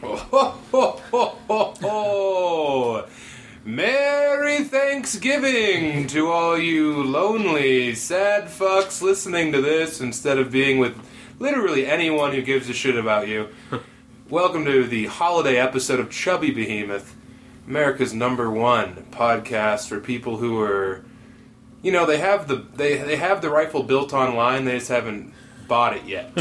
ho, ho, ho, ho, ho. Merry Thanksgiving to all you lonely, sad fucks listening to this instead of being with literally anyone who gives a shit about you. Welcome to the holiday episode of Chubby Behemoth, America's number one podcast for people who are, you know, they have the they they have the rifle built online, they just haven't bought it yet.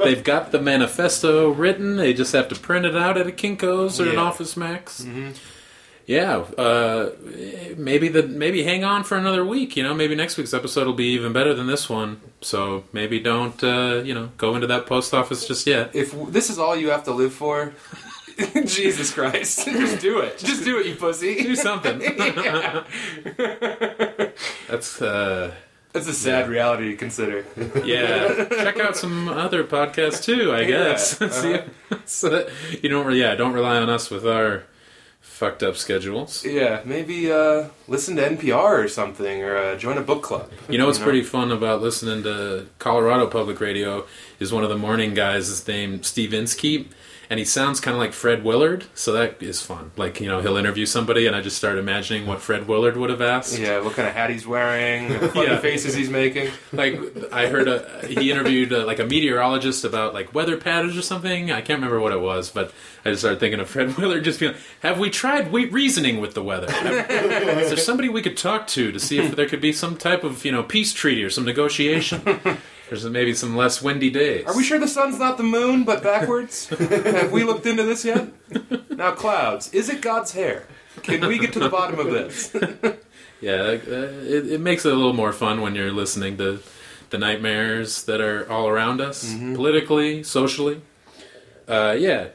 They've got the manifesto written. They just have to print it out at a Kinko's or an Yeah. Mm-hmm. Office Max. Yeah, uh, maybe the maybe hang on for another week. You know, maybe next week's episode will be even better than this one. So maybe don't uh, you know go into that post office just yet. if w- this is all you have to live for, Jesus Christ, just do it. Just do it, you Do pussy. something. Yeah. That's uh, That's a sad reality to consider. yeah. Check out some other podcasts too. I guess. Yeah, Uh-huh. See- so that you don't. Yeah, don't rely on us with our fucked up schedules. Yeah, maybe uh, listen to NPR or something, or uh, join a book club. You know what's pretty fun about listening to Colorado Public Radio is one of the morning guys is named Steve Inskeep, and he sounds kind of like Fred Willard, so that is fun. Like you know, he'll interview somebody, and I just start imagining what Fred Willard would have asked. Yeah, what kind of hat he's wearing, the funny Yeah. faces he's making. Like I heard a, he interviewed uh like a meteorologist about like weather patterns or something. I can't remember what it was, but I just started thinking of Fred Willard just being, like, "Have we tried we- reasoning with the weather? Have- is there somebody we could talk to to see if there could be some type of you know peace treaty or some negotiation?" There's maybe some less windy days. Are we sure the sun's not the moon, but backwards? Have we looked into this yet? Now, clouds. Is it God's hair? Can we get to the bottom of this? Yeah, like, uh, it, it makes it a little more fun when you're listening to the nightmares that are all around us, Mm-hmm. politically, socially. Uh, yeah,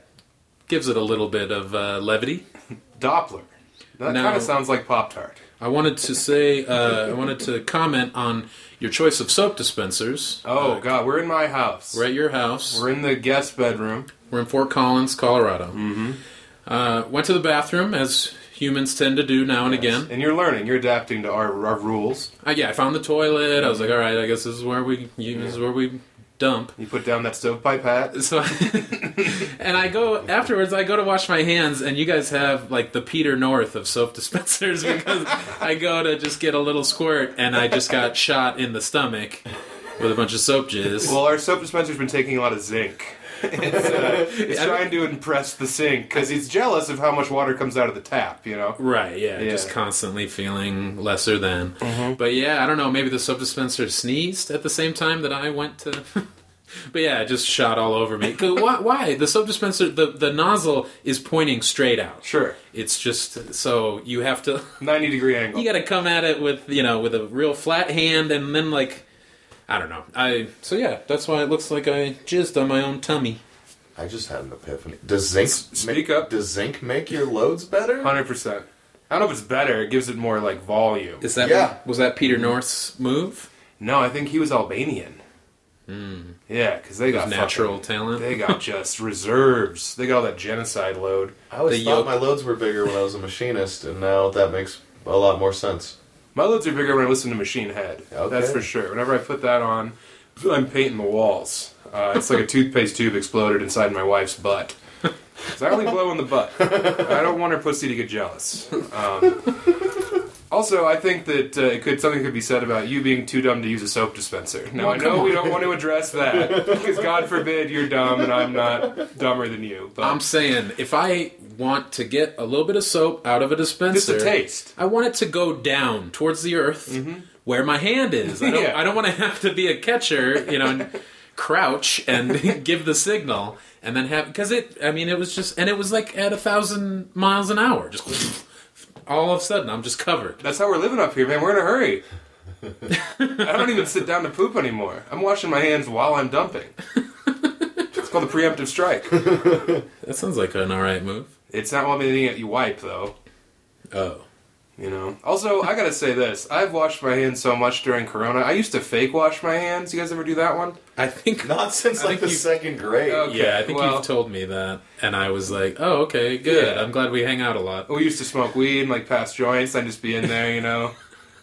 gives it a little bit of uh, levity. Doppler. That No. kind of sounds like Pop Tart. I wanted to say, uh, I wanted to comment on your choice of soap dispensers. Oh, Uh, God, we're in my house. We're at your house. We're in the guest bedroom. We're in Fort Collins, Colorado. Mm-hmm. Uh, went to the bathroom, as humans tend to do now and again. And you're learning. You're adapting to our, our rules. Uh, yeah, I found the toilet. I was like, all right, I guess this is where we, this is where we dump. You put down that stovepipe hat. So, and I go afterwards. I go to wash my hands, and you guys have like the Peter North of soap dispensers because I go to just get a little squirt, and I just got shot in the stomach with a bunch of soap jizz. Well, our soap dispenser's been taking a lot of zinc. it's uh, it's trying to impress the sink because he's jealous of how much water comes out of the tap, you know? right? Yeah, just Yeah. Mm-hmm. constantly feeling lesser than. But yeah, I don't know. Maybe the soap dispenser sneezed at the same time that I went to. But yeah, it just shot all over me. 'Cause Why? why? The soap dispenser, the, the nozzle is pointing straight out. Sure. It's just so you have to 90 degree angle. you got to come at it with you know with a real flat hand and then like i don't know i so yeah that's why it looks like i jizzed on my own tummy I just had an epiphany. Does zinc speak ma- up. Does zinc make your loads better? 100%. I don't know if it's better. It gives it more, like, volume. is that Yeah. was that peter north's move No, I think he was Albanian. Yeah, because they got Hmm. natural fucking- talent They got just reserves. They got all that genocide load. I always The thought yolk- my loads were bigger when I was a machinist, and now that makes a lot more sense. My loads are bigger when I listen to Machine Head. Okay. That's for sure. Whenever I put that on, I'm painting the walls. Uh, it's like a toothpaste tube exploded inside my wife's butt. 'Cause I only blow in the butt. I don't want her pussy to get jealous. Um, also, I think that uh, it could something could be said about you being too dumb to use a soap dispenser. Now I know we don't want to address that because God forbid you're dumb and I'm not dumber than you. But i'm saying if i want to get a little bit of soap out of a just dispenser a taste. i want it to go down towards the earth where my hand is i don't Mm-hmm. Yeah. i don't want to have to be a catcher you know and crouch and give the signal and then have because it i mean it was just and it was like at a thousand miles an hour just all of a sudden i'm just covered That's how we're living up here, man. We're in a hurry. I don't even sit down to poop anymore. I'm washing my hands while I'm dumping. It's called the preemptive strike. that sounds like an all right move It's not one thing you wipe, though. oh You know. Also, I gotta say this: I've washed my hands so much during Corona. I used to fake wash my hands. You guys ever do that one? i think Not since I like think the you- Uh, second grade. Okay, yeah i think well- you've told me that and i was like oh okay good Yeah. Oh, i'm glad we hang out a lot We used to smoke weed and like pass joints. I'd just be in there, you know,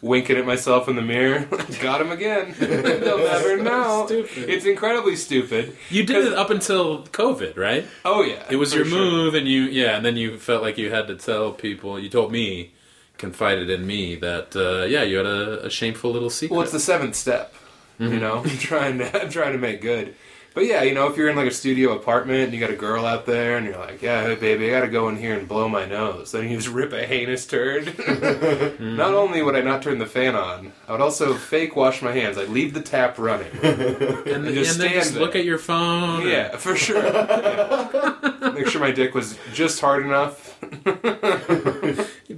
winking at myself in the mirror. Got him again. They'll never know. Stupid. It's incredibly stupid. You did it up until COVID, right? Oh yeah, It was for your sure. move, and you yeah, and then you felt like you had to tell people. You told me, confided in me that uh, yeah, you had a, a shameful little secret. Well, it's the seventh step. You know, I'm trying to I'm trying to make good. But yeah, you know, if you're in like a studio apartment and you got a girl out there and you're like, yeah, hey, baby, I gotta go in here and blow my nose. Then you just rip a heinous turd. Not only would I not turn the fan on, I would also fake wash my hands. I'd leave the tap running. and, you and just then stand just look there. at your phone. or- Yeah, for sure. Make sure my dick was just hard enough.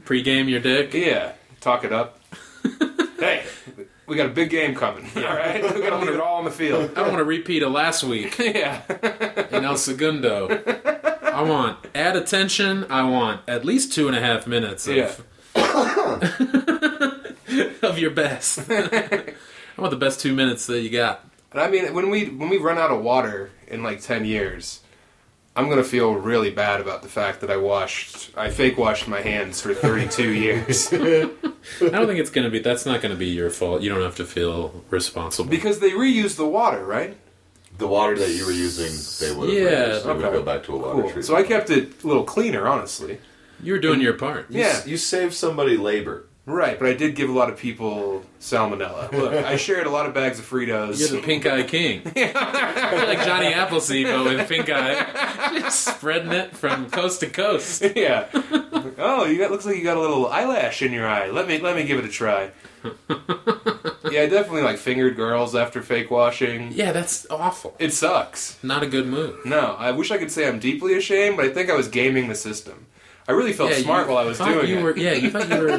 Pre-game your dick. Yeah, talk it up. hey, we got a big game coming. All right, we gotta leave it all on the field. I don't want to repeat of last week Yeah. in El Segundo. I want add attention. I want at least two and a half minutes of, Yeah. of your best. I want the best two minutes that you got. And I mean, when we when we run out of water in like ten years, I'm gonna feel really bad about the fact that I washed, I fake washed my hands for 32 years I don't think it's gonna be. That's not gonna be your fault. You don't have to feel responsible. because they reuse the water, right? The water that you were using, they would have Yeah, reused. They would okay. go back to a water Cool. treatment. So I kept it a little cleaner, honestly. You're doing your part. You Yeah, s- you save somebody labor. right. But I did give a lot of people salmonella. Look, I shared a lot of bags of Fritos. You're the pink eye king. You're like Johnny Appleseed, but with pink eye. Just spreading it from coast to coast. yeah. Oh, you got looks like you got a little eyelash in your eye. Let me let me give it a try. yeah, I definitely like fingered girls after fake washing. Yeah, that's awful. It sucks. Not a good move. No, I wish I could say I'm deeply ashamed, but I think I was gaming the system. I really felt smart you while I was thought doing you it. Were, yeah, you thought you were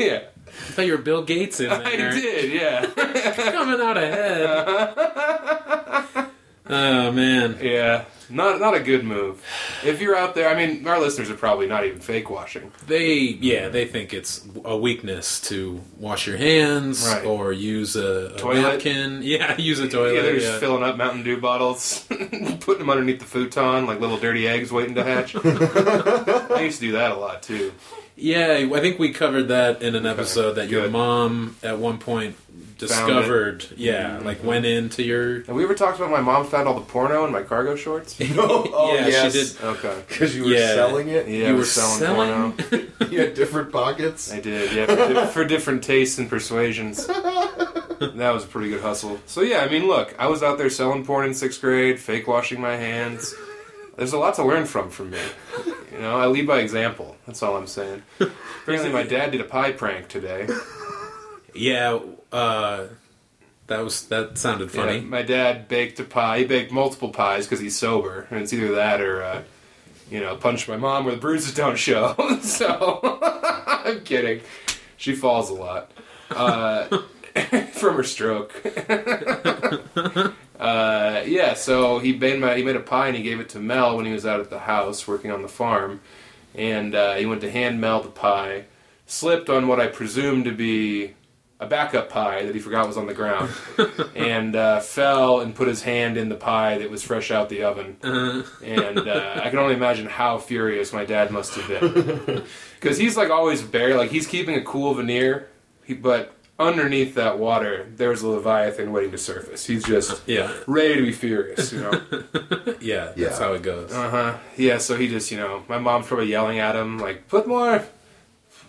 yeah, You thought you were Bill Gates in there. I did. Yeah, Coming out ahead. oh man. yeah. Not not a good move. If you're out there, I mean, our listeners are probably not even fake washing. They yeah, they think it's a weakness to wash your hands Right. or use a, a Toilet. napkin. Yeah, use a toilet. yeah, they're just yeah. filling up Mountain Dew bottles, putting them underneath the futon like little dirty eggs waiting to hatch. I used to do that a lot too. Yeah, I think we covered that in an episode that your good. mom at one point discovered. Yeah, Mm-hmm. like went into your. Have we ever talked about my mom found all the porno in my cargo shorts? oh, oh, yeah, yes. she did. Okay. Because you were Yeah. selling it? Yeah, I you was were selling. porno. You had different pockets? I did, yeah, for, di- for different tastes and persuasions. That was a pretty good hustle. So yeah, I mean, look, I was out there selling porn in sixth grade, fake washing my hands. There's a lot to learn from from me. You know, I lead by example. That's all I'm saying. Apparently, my dad did a pie prank today. Yeah, uh, that was that sounded Yeah, funny. my dad baked a pie. He baked multiple pies because he's sober, and it's either that or, uh, you know, punch my mom where the bruises don't show. so I'm kidding. She falls a lot uh, from her stroke. uh, yeah, so he made my he made a pie and he gave it to Mel when he was out at the house working on the farm, and uh, he went to hand Mel the pie, slipped on what I presume to be a backup pie that he forgot was on the ground, and uh, fell and put his hand in the pie that was fresh out the oven. And uh, I can only imagine how furious my dad must have been, because he's like always bare, like he's keeping a cool veneer, he, but underneath that water there's a leviathan waiting to surface. He's just Yeah, ready to be furious, you know. yeah, Yeah. that's how it goes. Uh huh. Yeah. So he just, you know, my mom's probably yelling at him like, "Put more."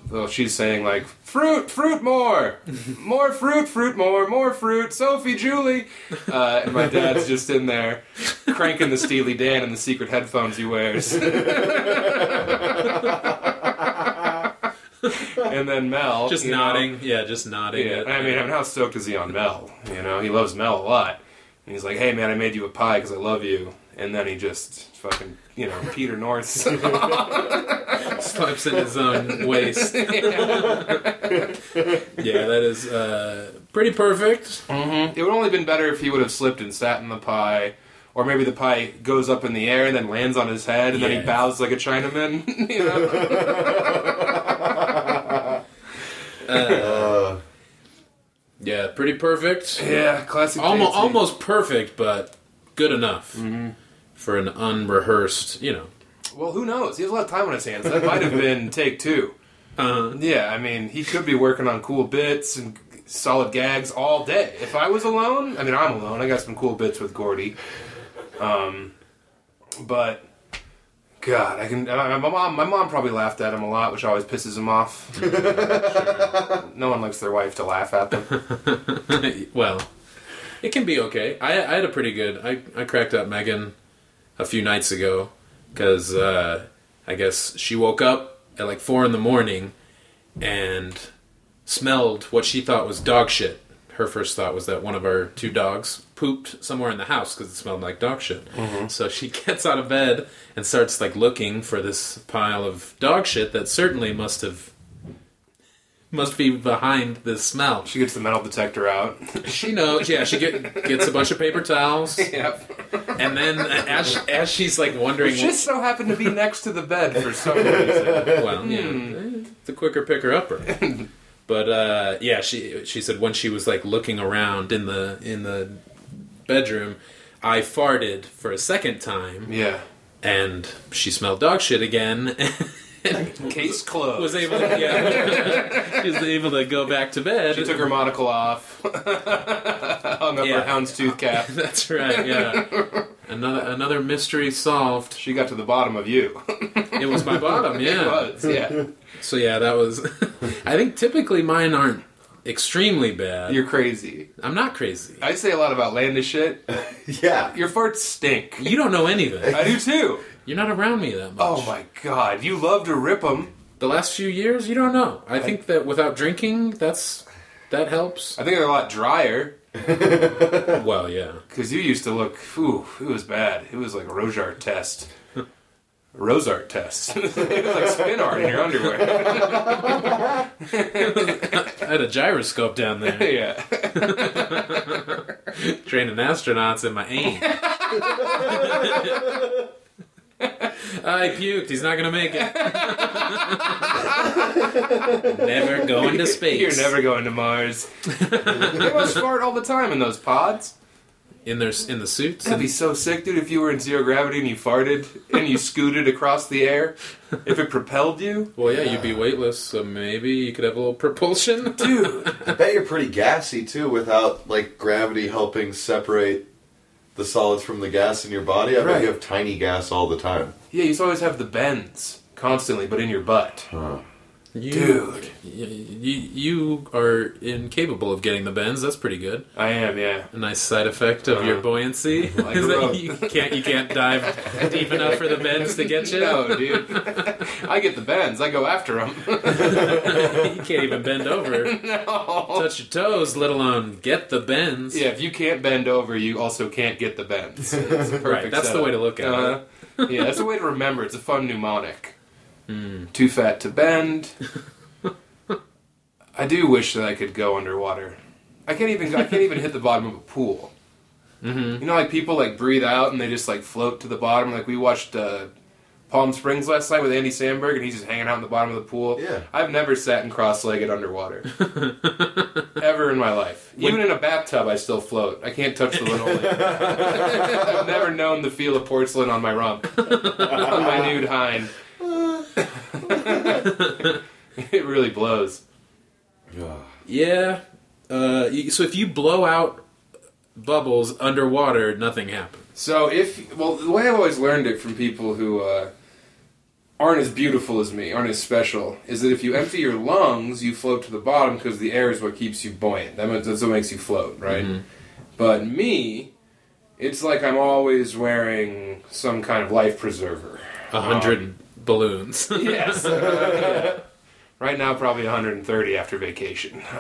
Well, she's saying like, "Fruit, fruit, more, more fruit, fruit, more, more fruit." Sophie, Julie, uh, and my dad's just in there cranking the Steely Dan and the secret headphones he wears. and then Mel, just you know, nodding. Yeah, just nodding. yeah, at- I mean, I mean, how stoked is he on Mel? You know, he loves Mel a lot. And he's like, hey, man, I made you a pie because I love you. And then he just fucking, you know, Peter North. slaps in his own waist. Mm-hmm. yeah, that is uh, pretty perfect. it would only been better if he would have slipped and sat in the pie. Or maybe the pie goes up in the air and then lands on his head and then Yeah. he bows like a Chinaman. you know? Uh, Yeah, pretty perfect. yeah, classic. almost, JT. almost perfect, but good enough for an unrehearsed. You know, Well, who knows? He has a lot of time on his hands. That might have been take two. Uh, Yeah, I mean, he could be working on cool bits and solid gags all day. If I was alone, I mean, I'm alone. I got some cool bits with Gordy, um, but God, I can. I, my mom, my mom probably laughed at him a lot, which always pisses him off. no one likes their wife to laugh at them. well, it can be okay. I, I had a pretty good. I, I cracked up Megan a few nights ago because uh, I guess she woke up at like four in the morning and smelled what she thought was dog shit. Her first thought was that one of our two dogs pooped somewhere in the house because it smelled like dog shit. So she gets out of bed and starts like looking for this pile of dog shit that certainly must have must be behind this smell She gets the metal detector out. she knows. Yeah, she get, gets a bunch of paper towels, yep. and then as as she's like wondering, Just so happened to be next to the bed for some reason. well, yeah, the quicker picker upper. But uh, yeah, she she said when she was like looking around in the in the bedroom, I farted for a second time, Yeah. and she smelled dog shit again. And Case closed. was able to yeah, she was able to go back to bed. She took her monocle off, hung up Yeah. her houndstooth cap. That's right. Yeah, another another mystery solved. She got to the bottom of you. It was my bottom. Yeah. It was, yeah. So yeah, that was. I think typically mine aren't extremely bad. You're crazy. I'm not crazy. I say a lot of outlandish shit. Yeah. Your farts stink. You don't know anything. I do too. You're not around me that much. Oh my god, you love to rip them. The last few years, you don't know. I think that without drinking, that's that helps. I think they're a lot drier Well, yeah. because you used to look. Ooh, it was bad. It was like a Rosart test. Rosart test. it was like spin art in your underwear. I had a gyroscope down there, yeah. training astronauts in my aim. I puked. He's not gonna make it. never going to space. You're never going to Mars. they must fart all the time in those pods. in their in the suits. That'd be so sick, dude, if you were in zero gravity and you farted and you scooted across the air. If it propelled you. Well, yeah, you'd be weightless, so maybe you could have a little propulsion. Dude, I bet you're pretty gassy too, without like gravity helping separate the solids from the gas in your body. I Right. bet you have tiny gas all the time. Yeah, you used to always have the bends constantly, but in your butt. You, Dude. you, you are incapable of getting the bends. That's pretty good. I am, yeah. A nice side effect of Uh-huh. your buoyancy Like is that rope. you can't you can't dive deep enough for the bends to get you. No, dude. I get the bends. I go after them. You can't even bend over, touch your toes, let alone get the bends. yeah, if you can't bend over, you also can't get the bends. It's a perfect right. That's the setup. way to look at Uh, it. yeah, that's the way to remember. It's a fun mnemonic. Hmm. Too fat to bend. I do wish that I could go underwater. I can't even. I can't even hit the bottom of a pool. You know, like people like breathe out and they just like float to the bottom. Like we watched uh, Palm Springs last night with Andy Sandberg, and he's just hanging out in the bottom of the pool. Yeah. I've never sat in cross-legged underwater ever in my life. Even in a bathtub, I still float. I can't touch the linoleum. I've never known the feel of porcelain on my rump, on my nude hind. it really blows. Yeah. Uh, you, so if you blow out bubbles underwater, nothing happens. So if well, the way I've always learned it from people who uh, aren't as beautiful as me, aren't as special, is that if you empty your lungs, you float to the bottom because the air is what keeps you buoyant. That ma- That's what makes you float, right? But me, it's like I'm always wearing some kind of life preserver. A hundred balloons. Yes. Right now, probably 130 after vacation. Uh-huh.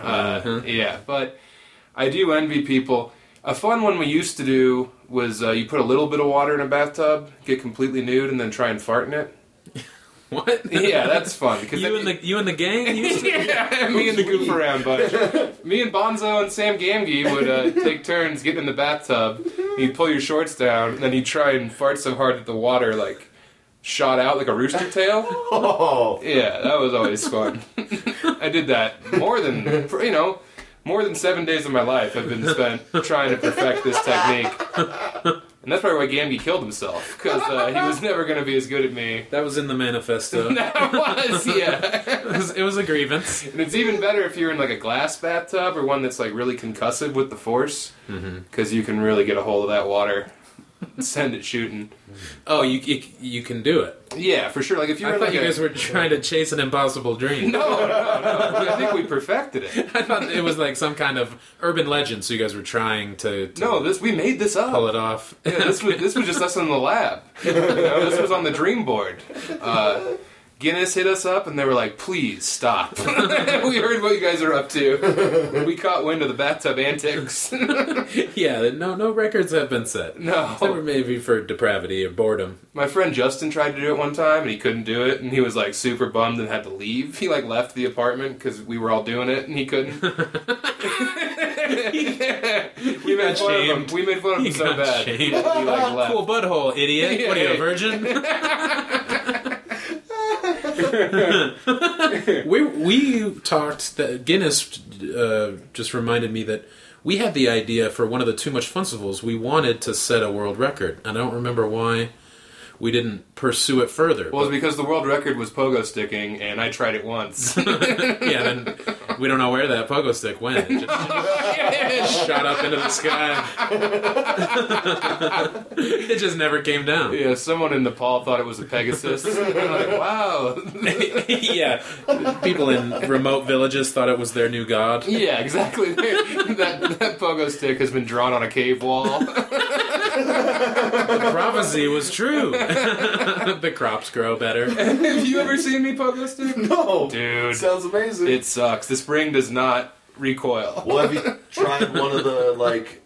Uh, yeah, but I do envy people. A fun one we used to do was uh, you put a little bit of water in a bathtub, get completely nude, and then try and fart in it. what? Yeah, that's fun. Because You and the you and the gang. You used to- yeah, me and the goof around bunch. me and Bonzo and Sam Gamgee would uh, take turns getting in the bathtub. You'd pull your shorts down, and then you'd try and fart so hard that the water like shot out like a rooster tail. Oh, Yeah, that was always fun. I did that more than for, you know, more than seven days of my life have been spent trying to perfect this technique. And that's probably why Gamgee killed himself, because uh, he was never going to be as good at me. That was in the manifesto. it, That was, yeah. was, it was a grievance. And it's even better if you're in like a glass bathtub or one that's like really concussive with the force, Mm-hmm. because you can really get a hold of that water and send it shooting. Oh, you you, you can do it. Yeah, for sure. Like if you I were thought like you a- guys were trying to chase an impossible dream. no, no, no. I think we perfected it. I thought it was like some kind of urban legend. So you guys were trying to, to No, this we made this up. pull it off. Yeah, this was this was just us in the lab. You know, this was on the dream board. Uh, Guinness hit us up and they were like, "Please stop. we heard what you guys are up to. We caught wind of the bathtub antics." yeah, no no records have been set. Except for no, maybe for depravity or boredom. my friend Justin tried to do it one time and he couldn't do it, and he was like super bummed and had to leave. He like left the apartment because we were all doing it and he couldn't. we made got fun of him. shamed. We made fun of him He so got bad. shamed. He like left. Cool butthole, idiot. What are you, a virgin? we we talked that Guinness uh, just reminded me that we had the idea for one of the Too Much Funsivals. We wanted to set a world record, and I don't remember why we didn't pursue it further. Well, it's because the world record was pogo sticking, and I tried it once. yeah, then we don't know where that pogo stick went. It just shot up into the sky. it just never came down. Yeah, someone in Nepal thought it was a Pegasus. They're like, wow. yeah, people in remote villages thought it was their new god. yeah, exactly. that, that pogo stick has been drawn on a cave wall. The prophecy was true. the crops grow better. Have you ever seen me pogo stick? No, Dude. sounds amazing. It sucks. This ring does not recoil. well, have you tried one of the like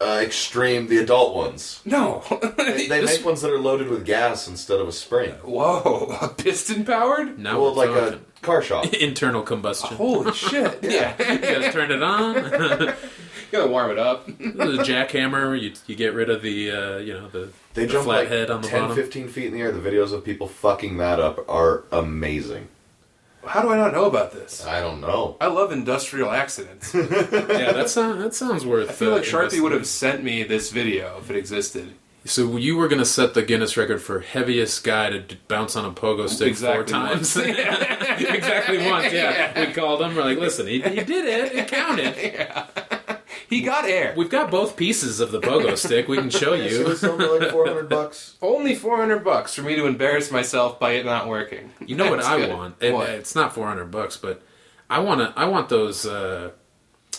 uh, extreme, the adult ones? No. They, they make ones that are loaded with gas instead of a spring. Whoa, piston powered? Now Well, we're like uh, a talking. car shop. internal combustion. Holy shit. Yeah. You gotta turn it on. Gotta warm it up. the jackhammer. You, you get rid of the uh, you know the, They the jump like flathead 10, on the bottom. 15 feet in the air. The videos of people fucking that up are amazing. How do I not know about this? I don't know. I love industrial accidents. I Yeah, that sounds that sounds worth. uh, I feel like Sharpie would have sent me this video if it existed. So you were going to set the Guinness record for heaviest guy to d- bounce on a pogo stick four once. times. exactly once. Yeah. we called him. We're like, listen, he, he did it. It counted. he got air. We've got both pieces of the pogo stick. We can show It you. was something like 400 bucks. Only 400 bucks for me to embarrass myself by it not working. You know what That's I good. want? It- What? It's not four hundred bucks, but I want to. I want those. Uh,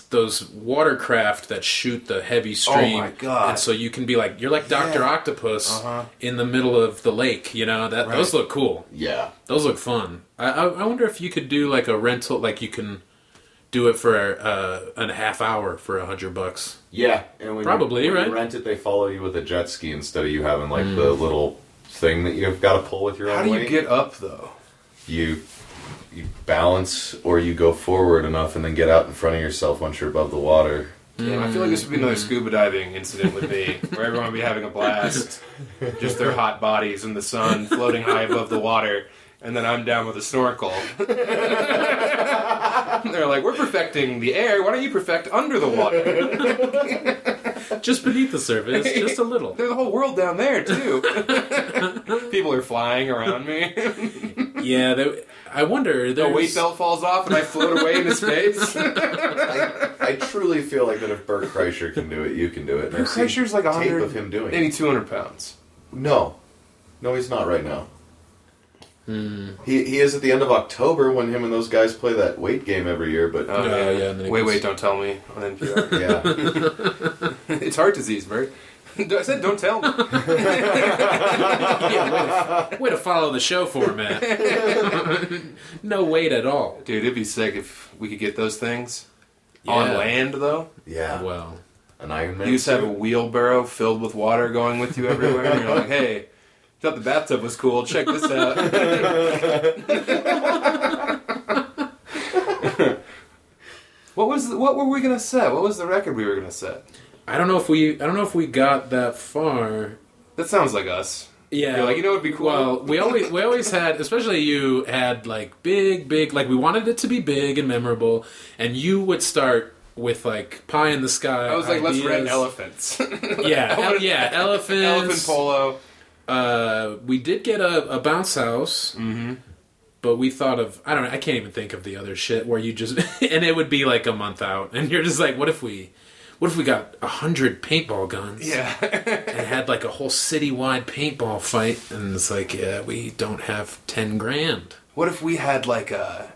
those watercraft that shoot the heavy stream, Oh my God. Uh-huh. and so you can be like you're like Doctor Yeah. Octopus in the middle of the lake. You know that those look cool. Yeah. Those look fun. I, I I wonder if you could do like a rental, like you can do it for uh, an half hour for a hundred bucks. Yeah. And when Probably, you, when right? Mm. you rent it, they follow you with a jet ski instead of you having like the little thing that you've got to pull with your How own do you weight. get up, though? you you balance or you go forward enough and then get out in front of yourself once you're above the water. Damn, I feel like this would be another Mm. scuba diving incident with me, where everyone would be having a blast. Just their hot bodies in the sun, floating high above the water, and then I'm down with a snorkel. They're like, we're perfecting the air, why don't you perfect under the water? Just beneath the surface, just a little. There's a whole world down there, too. People are flying around me. Yeah, they, I wonder. The There's, weight belt falls off and I float away into space. I truly feel like that if Bert Kreischer can do it, you can do it. And I've seen Kreischer's like tape 100 of him doing Maybe it. 200 pounds. No, no, he's not right now. Hmm. He he is at the end of October when him and those guys play that weight game every year. But Oh, Yeah, yeah. yeah, and then it wait, goes- wait, don't tell me on NPR. yeah, it's heart disease, Bert. I said, don't tell me. Way to follow the show format. no weight at all. Dude, it'd be sick if we could get those things. On Yeah. land, though, yeah. Well, An Iron Man. you just have a suit. wheelbarrow filled with water going with you everywhere. and you're like, hey, thought the bathtub was cool. Check this out. what was the, what were we gonna set? What was the record we were gonna set? I don't know if we. I don't know if we got that far. That sounds like us. Yeah, You're like, you know, it'd be cool. Well, we always we always had, especially you had like big, big. Like we wanted it to be big and memorable, and you would start with like pie in the sky. I was like, let's rent ideas. elephants. Yeah, I el- wanna- yeah, elephants. Elephant polo. Uh, we did get a, a bounce house, Mm-hmm. but we thought of I don't know. I can't even think of the other shit where you just and it would be like a month out, and you're just like, what if we, what if we got a hundred paintball guns? Yeah. and had like a whole citywide paintball fight, and it's like, yeah, we don't have ten grand. what if we had like a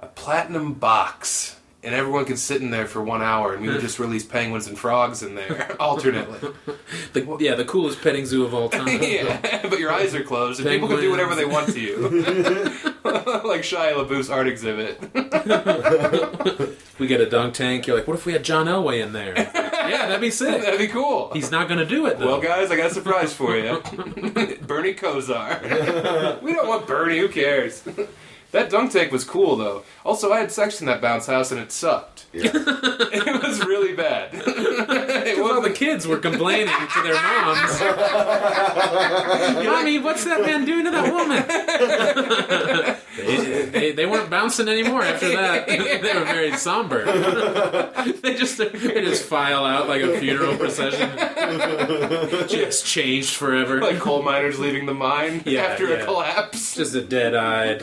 a platinum box and everyone could sit in there for one hour and we would just release penguins and frogs in there alternately. The, yeah, the coolest petting zoo of all time. yeah, but your eyes are closed and people can do whatever they want to you. like Shia LaBeouf's art exhibit. We get a dunk tank. You're like, what if we had John Elway in there? yeah, that'd be sick. That'd be cool. He's not gonna do it though. Well, guys, I got a surprise for you. Bernie Kosar. we don't want Bernie. Who cares? that dunk tank was cool, though. Also, I had sex in that bounce house, and it sucked. Yeah. It was really bad. it Well, the wasn't. kids were complaining to their moms. Mommy, what's that man doing to that woman? they, they, they weren't bouncing anymore after that. they were very somber. they just they just file out like a funeral procession. just changed forever. Like coal miners leaving the mine Yeah, after yeah. a collapse. just a dead-eyed,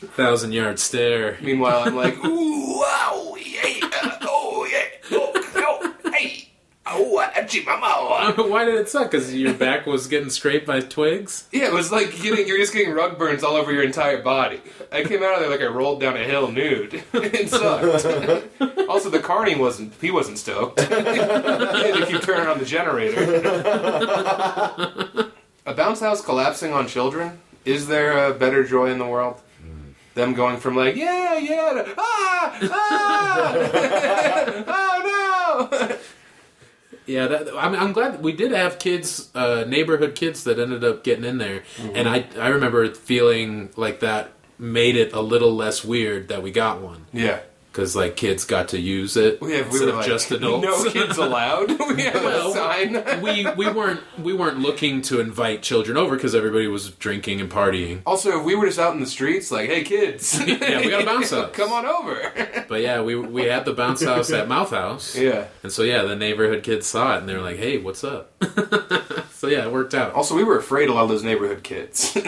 thousand-yard stare. Meanwhile, I'm like, ooh, wow, yeah, oh, yeah, oh, oh, hey, oh, achi, mama, oh. Why did it suck? Because your back was getting scraped by twigs. Yeah, it was like getting you're just getting rug burns all over your entire body. I came out of there like I rolled down a hill nude. it sucked. also, the carny wasn't he wasn't stoked. he had to keep turning on the generator. a bounce house collapsing on children. Is there a better joy in the world? Them going from like yeah yeah to, ah ah oh no Yeah, that, I'm, I'm glad we did have kids, uh, neighborhood kids that ended up getting in there, Mm-hmm. and I I remember feeling like that made it a little less weird that we got one yeah. because like kids got to use it We have, we instead were of like, just adults. No kids allowed. We have Well, a sign. we we weren't we weren't looking to invite children over because everybody was drinking and partying. Also, if we were just out in the streets, like, hey kids, Yeah, we gotta bounce house. Come on over. But yeah, we we had the bounce house at Mouth House. yeah. And so yeah, the neighborhood kids saw it and they were like, "Hey, what's up?" so yeah, it worked out. Also, we were afraid of all those neighborhood kids. they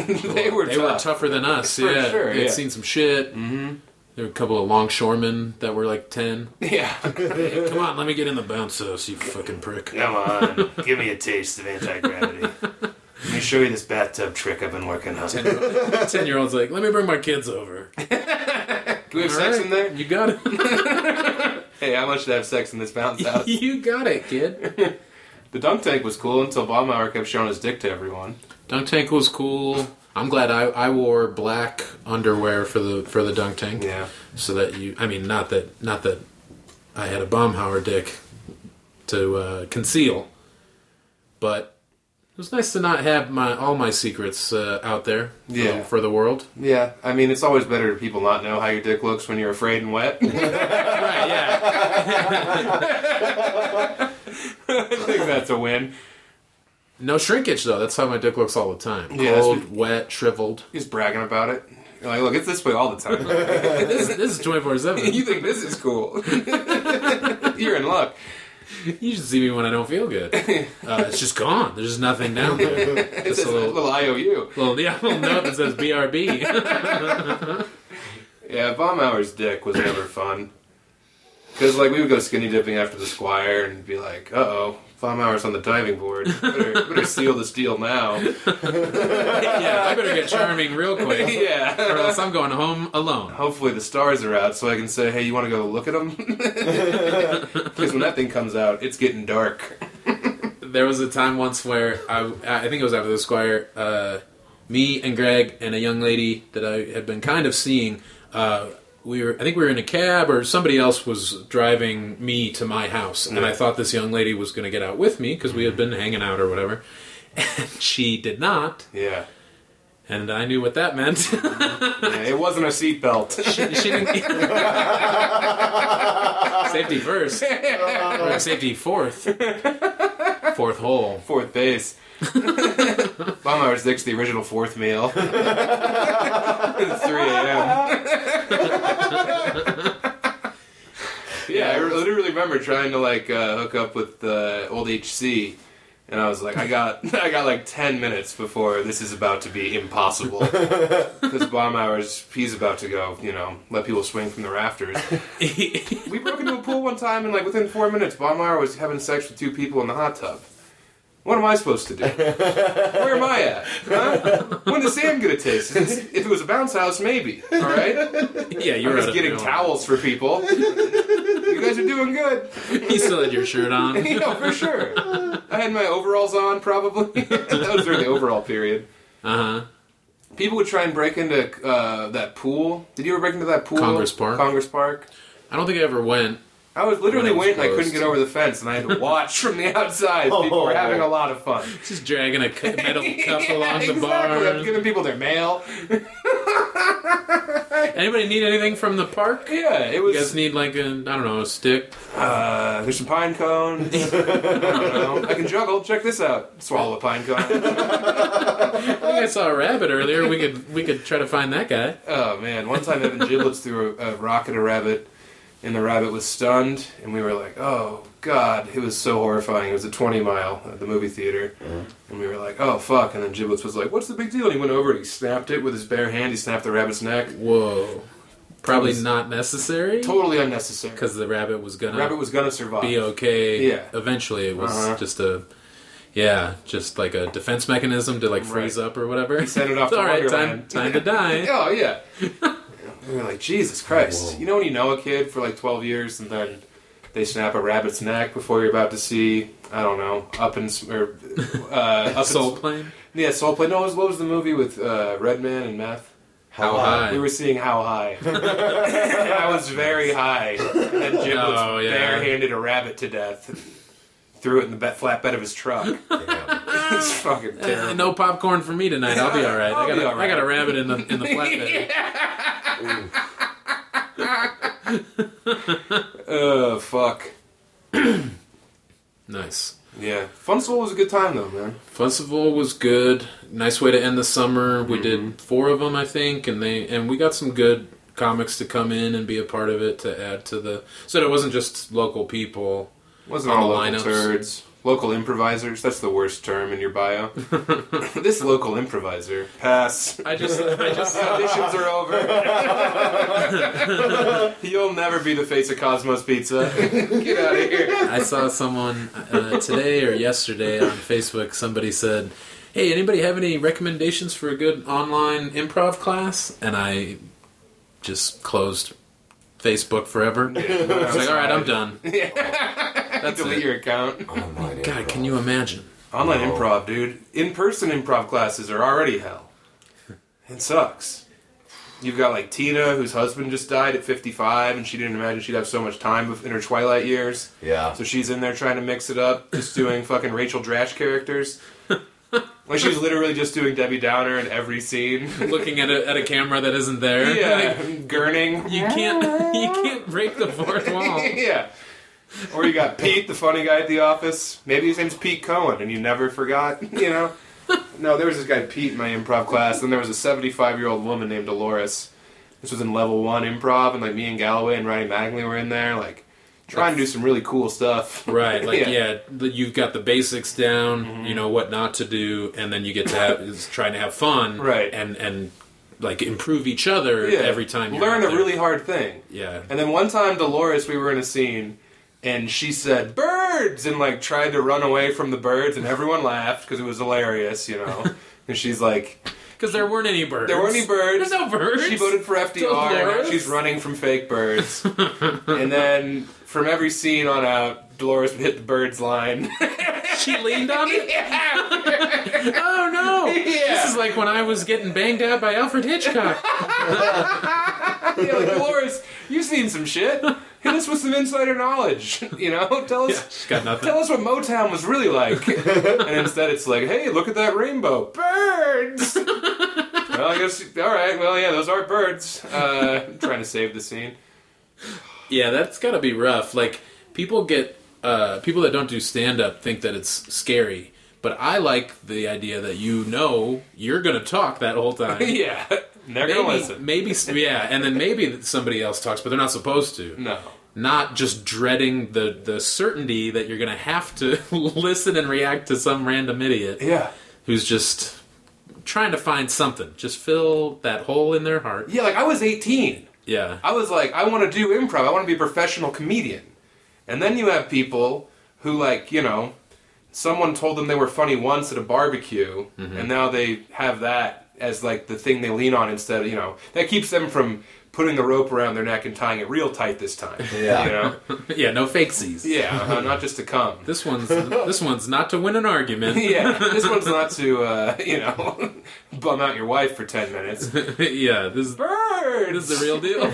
were they tough. were tougher than us. For yeah, sure, they'd yeah. seen some shit. Mm-hmm. There were a couple of longshoremen that were like ten. Yeah. Hey, come on, let me get in the bounce house, you fucking prick. Come on, give me a taste of anti gravity. Let me show you this bathtub trick I've been working on. Do Ten year old's like, let me bring my kids over. we have sex Alright, in there? You got it. Hey, how much to have sex in this bounce house? you got it, kid. the dunk tank was cool until Baumauer kept showing his dick to everyone. Dunk tank was cool. I'm glad I, I wore black underwear for the for the dunk tank. Yeah. so that you i mean not that not that i had a baumhauer dick to uh, conceal but it was nice to not have my all my secrets uh, out there for the- Yeah. for the world Yeah, I mean, it's always better to people not know how your dick looks when you're afraid and wet. I right yeah think that's a win. no shrinkage though that's how my dick looks all the time Yeah, that's cold what- wet shriveled He's bragging about it. You're like, look, it's this way all the time. this, this is 24-7 you think this is cool? You're in luck. you should see me when i don't feel good uh, it's just gone there's just nothing down there It's just a a little, little IOU. little yeah, little note that says brb Yeah, Baumauer's dick was never fun. Because, like, we would go skinny dipping after the Squire and be like, uh oh, Baumauer's on the diving board. Better, better seal this deal now. yeah i better get charming real quick or yeah. else i'm going home alone Hopefully the stars are out so I can say, hey, you want to go look at them? Because when that thing comes out, it's getting dark. There was a time once where I, I think it was after the Squire, uh, me and Greg and a young lady that I had been kind of seeing. Uh, we were, I think we were in a cab or somebody else was driving me to my house, and I thought this young lady was going to get out with me because we had been hanging out or whatever. And she did not, Yeah. and I knew what that meant. yeah it wasn't a seatbelt. Mm-hmm. she, she didn't. safety first, or safety fourth, fourth hole. Fourth base. Baumauer's dick's the original fourth meal. it's 3 a.m. yeah, I re- literally remember trying to like uh, hook up with uh, old HC, and I was like, I got I got like ten minutes before this is about to be impossible because Baumhauer's he's about to go, you know, let people swing from the rafters. we broke into a pool one time, and like within four minutes, Baumhauer was having sex with two people in the hot tub. What am I supposed to do? Where am I at? Huh? When is Sam gonna taste? If it was a bounce house, maybe. All right. yeah, you You're were just getting towels for people. you guys are doing good. You still had your shirt on. yeah, for sure. I had my overalls on, probably. that was during the overall period. Uh huh. People would try and break into uh, that pool. Did you ever break into that pool? Congress Park? Congress Park. I don't think I ever went. I was literally When it was waiting. I couldn't closed. get over the fence, and I had to watch from the outside. People were Oh. having a lot of fun. Just dragging a cu- metal cup Yeah, along the exactly. I'm barn. giving people their mail. Anybody need anything from the park? Yeah, it You was. guys need like a I don't know a stick. Uh, there's some pine cones. I, don't know. I can juggle. Check this out. Swallow a pine cone. I think I saw a rabbit earlier. We could we could try to find that guy. oh man! One time Evan Giblets threw a, a rock at a rabbit, and the rabbit was stunned. And we were like, "Oh God!" It was so horrifying. It was a 20 mile at the movie theater, Uh-huh. and we were like, "Oh fuck!" And then Giblets was like, "What's the big deal?" And he went over and he snapped it with his bare hand. He snapped the rabbit's neck. Whoa, probably not necessary Totally unnecessary. because the rabbit was gonna rabbit was gonna survive. be okay. Yeah. eventually it was Uh-huh. just a yeah, just like a defense mechanism to like freeze up or whatever. sent it off It's to all right, time Wonderland. time to die. Oh yeah. we were like, Jesus Christ. Whoa. You know when you know a kid for like twelve years and then they snap a rabbit's neck before you're about to see I don't know up in S- or uh, up Soul In, plane. yeah, Soul Plane. No, it was, what was the movie with uh, Redman and Meth? How high? We were seeing How High. I was very high, and then Giblets Oh, yeah. barehanded a rabbet to death, threw it in the be- flat bed of his truck. Damn. it's fucking Uh, terrible. no popcorn for me tonight. I'll be all right. I'll I got be a, all right. I got a rabbit in the in the flatbed. Oh fuck. Nice. Yeah, Fun Soul was a good time though, man. Festival was good. Nice way to end the summer. We Mm-hmm. did four of them, I think, and they and we got some good comics to come in and be a part of it to add to the so that it wasn't just local people. Wasn't on all the local lineups. turds. Local improvisers. That's the worst term in your bio. this local improviser. Pass. I just I just Auditions are over. You'll never be the face of Cosmos Pizza. Get out of here. I saw someone uh, today or yesterday on Facebook. Somebody said, "Hey, anybody have any recommendations for a good online improv class?" And I just closed Facebook forever. I was like, "All right, I'm done." That's Delete it. your account. Online God, improv. can you imagine? Online improv, dude. In person improv classes are already hell. It sucks. You've got like Tina, whose husband just died at 55, and she didn't imagine she'd have so much time in her twilight years. Yeah. So she's in there trying to mix it up, just doing fucking Rachel Dratch characters. Like she's literally just doing Debbie Downer in every scene. looking at a, at a camera that isn't there. yeah, Like, gurning. you can't you can't break the fourth wall. yeah. Or you got Pete, the funny guy at the office. Maybe his name's Pete Cohen, and you never forgot. You know. No, there was this guy Pete in my improv class, and there was a 75 year old woman named Dolores. This was in level one improv, and like me and Galloway and Ryan Magley were in there, like trying to do some really cool stuff. Right, like yeah. the you've got the basics down. You know what not to do, and then you get to have is trying to have fun, Right. And and like improve each other Yeah. every time. You're learn out a there. really hard thing. yeah. And then one time, Dolores, we were in a scene, and she said "birds" and like tried to run away from the birds, and everyone laughed because it was hilarious, you know. and she's like, Because there weren't any birds. "There weren't any birds." There's no birds. She voted for FDR. and now Dolores? she's running from fake birds. and then from every scene on out, Dolores would hit the birds line. She leaned on it. yeah. Oh no! This Yeah. is like when I was getting banged out by Alfred Hitchcock. Yeah, like Dolores, you've seen some shit. Hit us with some insider knowledge. You know, tell us. She's got nothing. Tell us what Motown was really like. and instead it's like, hey, look at that rainbow. Birds! well, I guess, alright, well, yeah, those are birds. Uh, I'm trying to save the scene. Yeah, that's gotta be rough. Like people get uh, people that don't do stand up think that it's scary, but I like the idea that you know you're gonna talk that whole time. yeah. They're gonna Maybe, listen. maybe, yeah, and then maybe somebody else talks, but they're not supposed to. No. not just dreading the the certainty that you're going to have to listen and react to some random idiot Yeah. who's just trying to find something. Just fill that hole in their heart. Yeah, like I was 18. Yeah. I was like, I want to do improv. I want to be a professional comedian. And then you have people who, like, you know, someone told them they were funny once at a barbecue, Mm-hmm. and now they have that as, like, the thing they lean on instead of, you know, that keeps them from putting the rope around their neck and tying it real tight this time. Yeah. You know? yeah, no fakesies. Yeah, uh, not just to come. This one's this one's not to win an argument. Yeah, this one's not to, uh, you know, bum out your wife for 10 minutes. yeah, this is Bird! this is the real deal.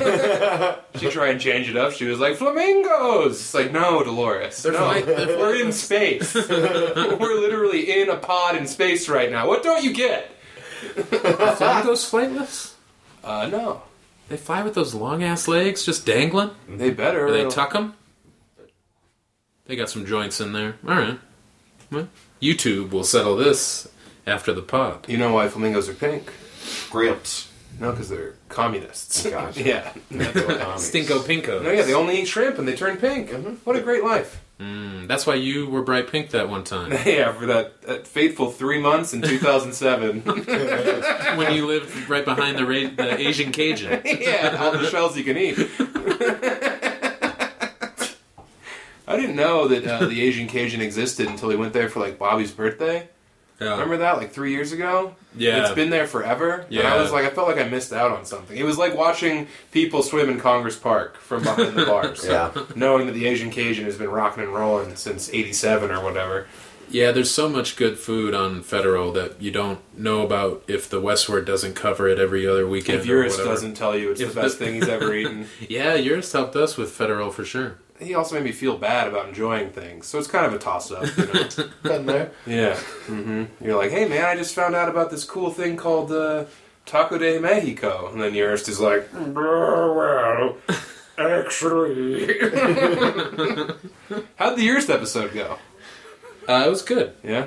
She tried and change it up. She was like, flamingos! It's like, no, Dolores. no, flying- they're we're in space. we're literally in a pod in space right now. What don't you get? Flamingos flightless? Uh, no. They fly with those long ass legs just dangling? They better. Do they tuck them? They got some joints in there. All right. Well, YouTube will settle this after the pod. You know why flamingos are pink? Gramps. No, because they're communists. Gotcha. yeah. That's why. Stinko pinko. no, yeah, they only eat shrimp and they turn pink. What a great life. Hmm, That's why you were bright pink that one time Yeah, for that, that fateful three months in 2007. when you lived right behind the, ra- the Asian Cajun. yeah, all the shells you can eat. I didn't know that uh, the Asian Cajun existed until we went there for like Bobby's birthday. Yeah. Remember that, like three years ago? Oh. Yeah. It's been there forever. And I Yeah. was like, I felt like I missed out on something. It was like watching people swim in Congress Park from behind the bars. Yeah. Knowing that the Asian Cajun has been rocking and rolling since 87 or whatever. Yeah, there's so much good food on Federal that you don't know about if the Westward doesn't cover it every other weekend. If or yours whatever. doesn't tell you it's If the best the- thing he's ever eaten. Yeah, yours helped us with Federal for sure. He also made me feel bad about enjoying things. So it's kind of a toss up, you know? Been there. Yeah. hmm You're like, hey man, I just found out about this cool thing called uh, Taco de Mexico, and then yours is like, well, actually, how'd the yours episode go? Uh, it was good. Yeah.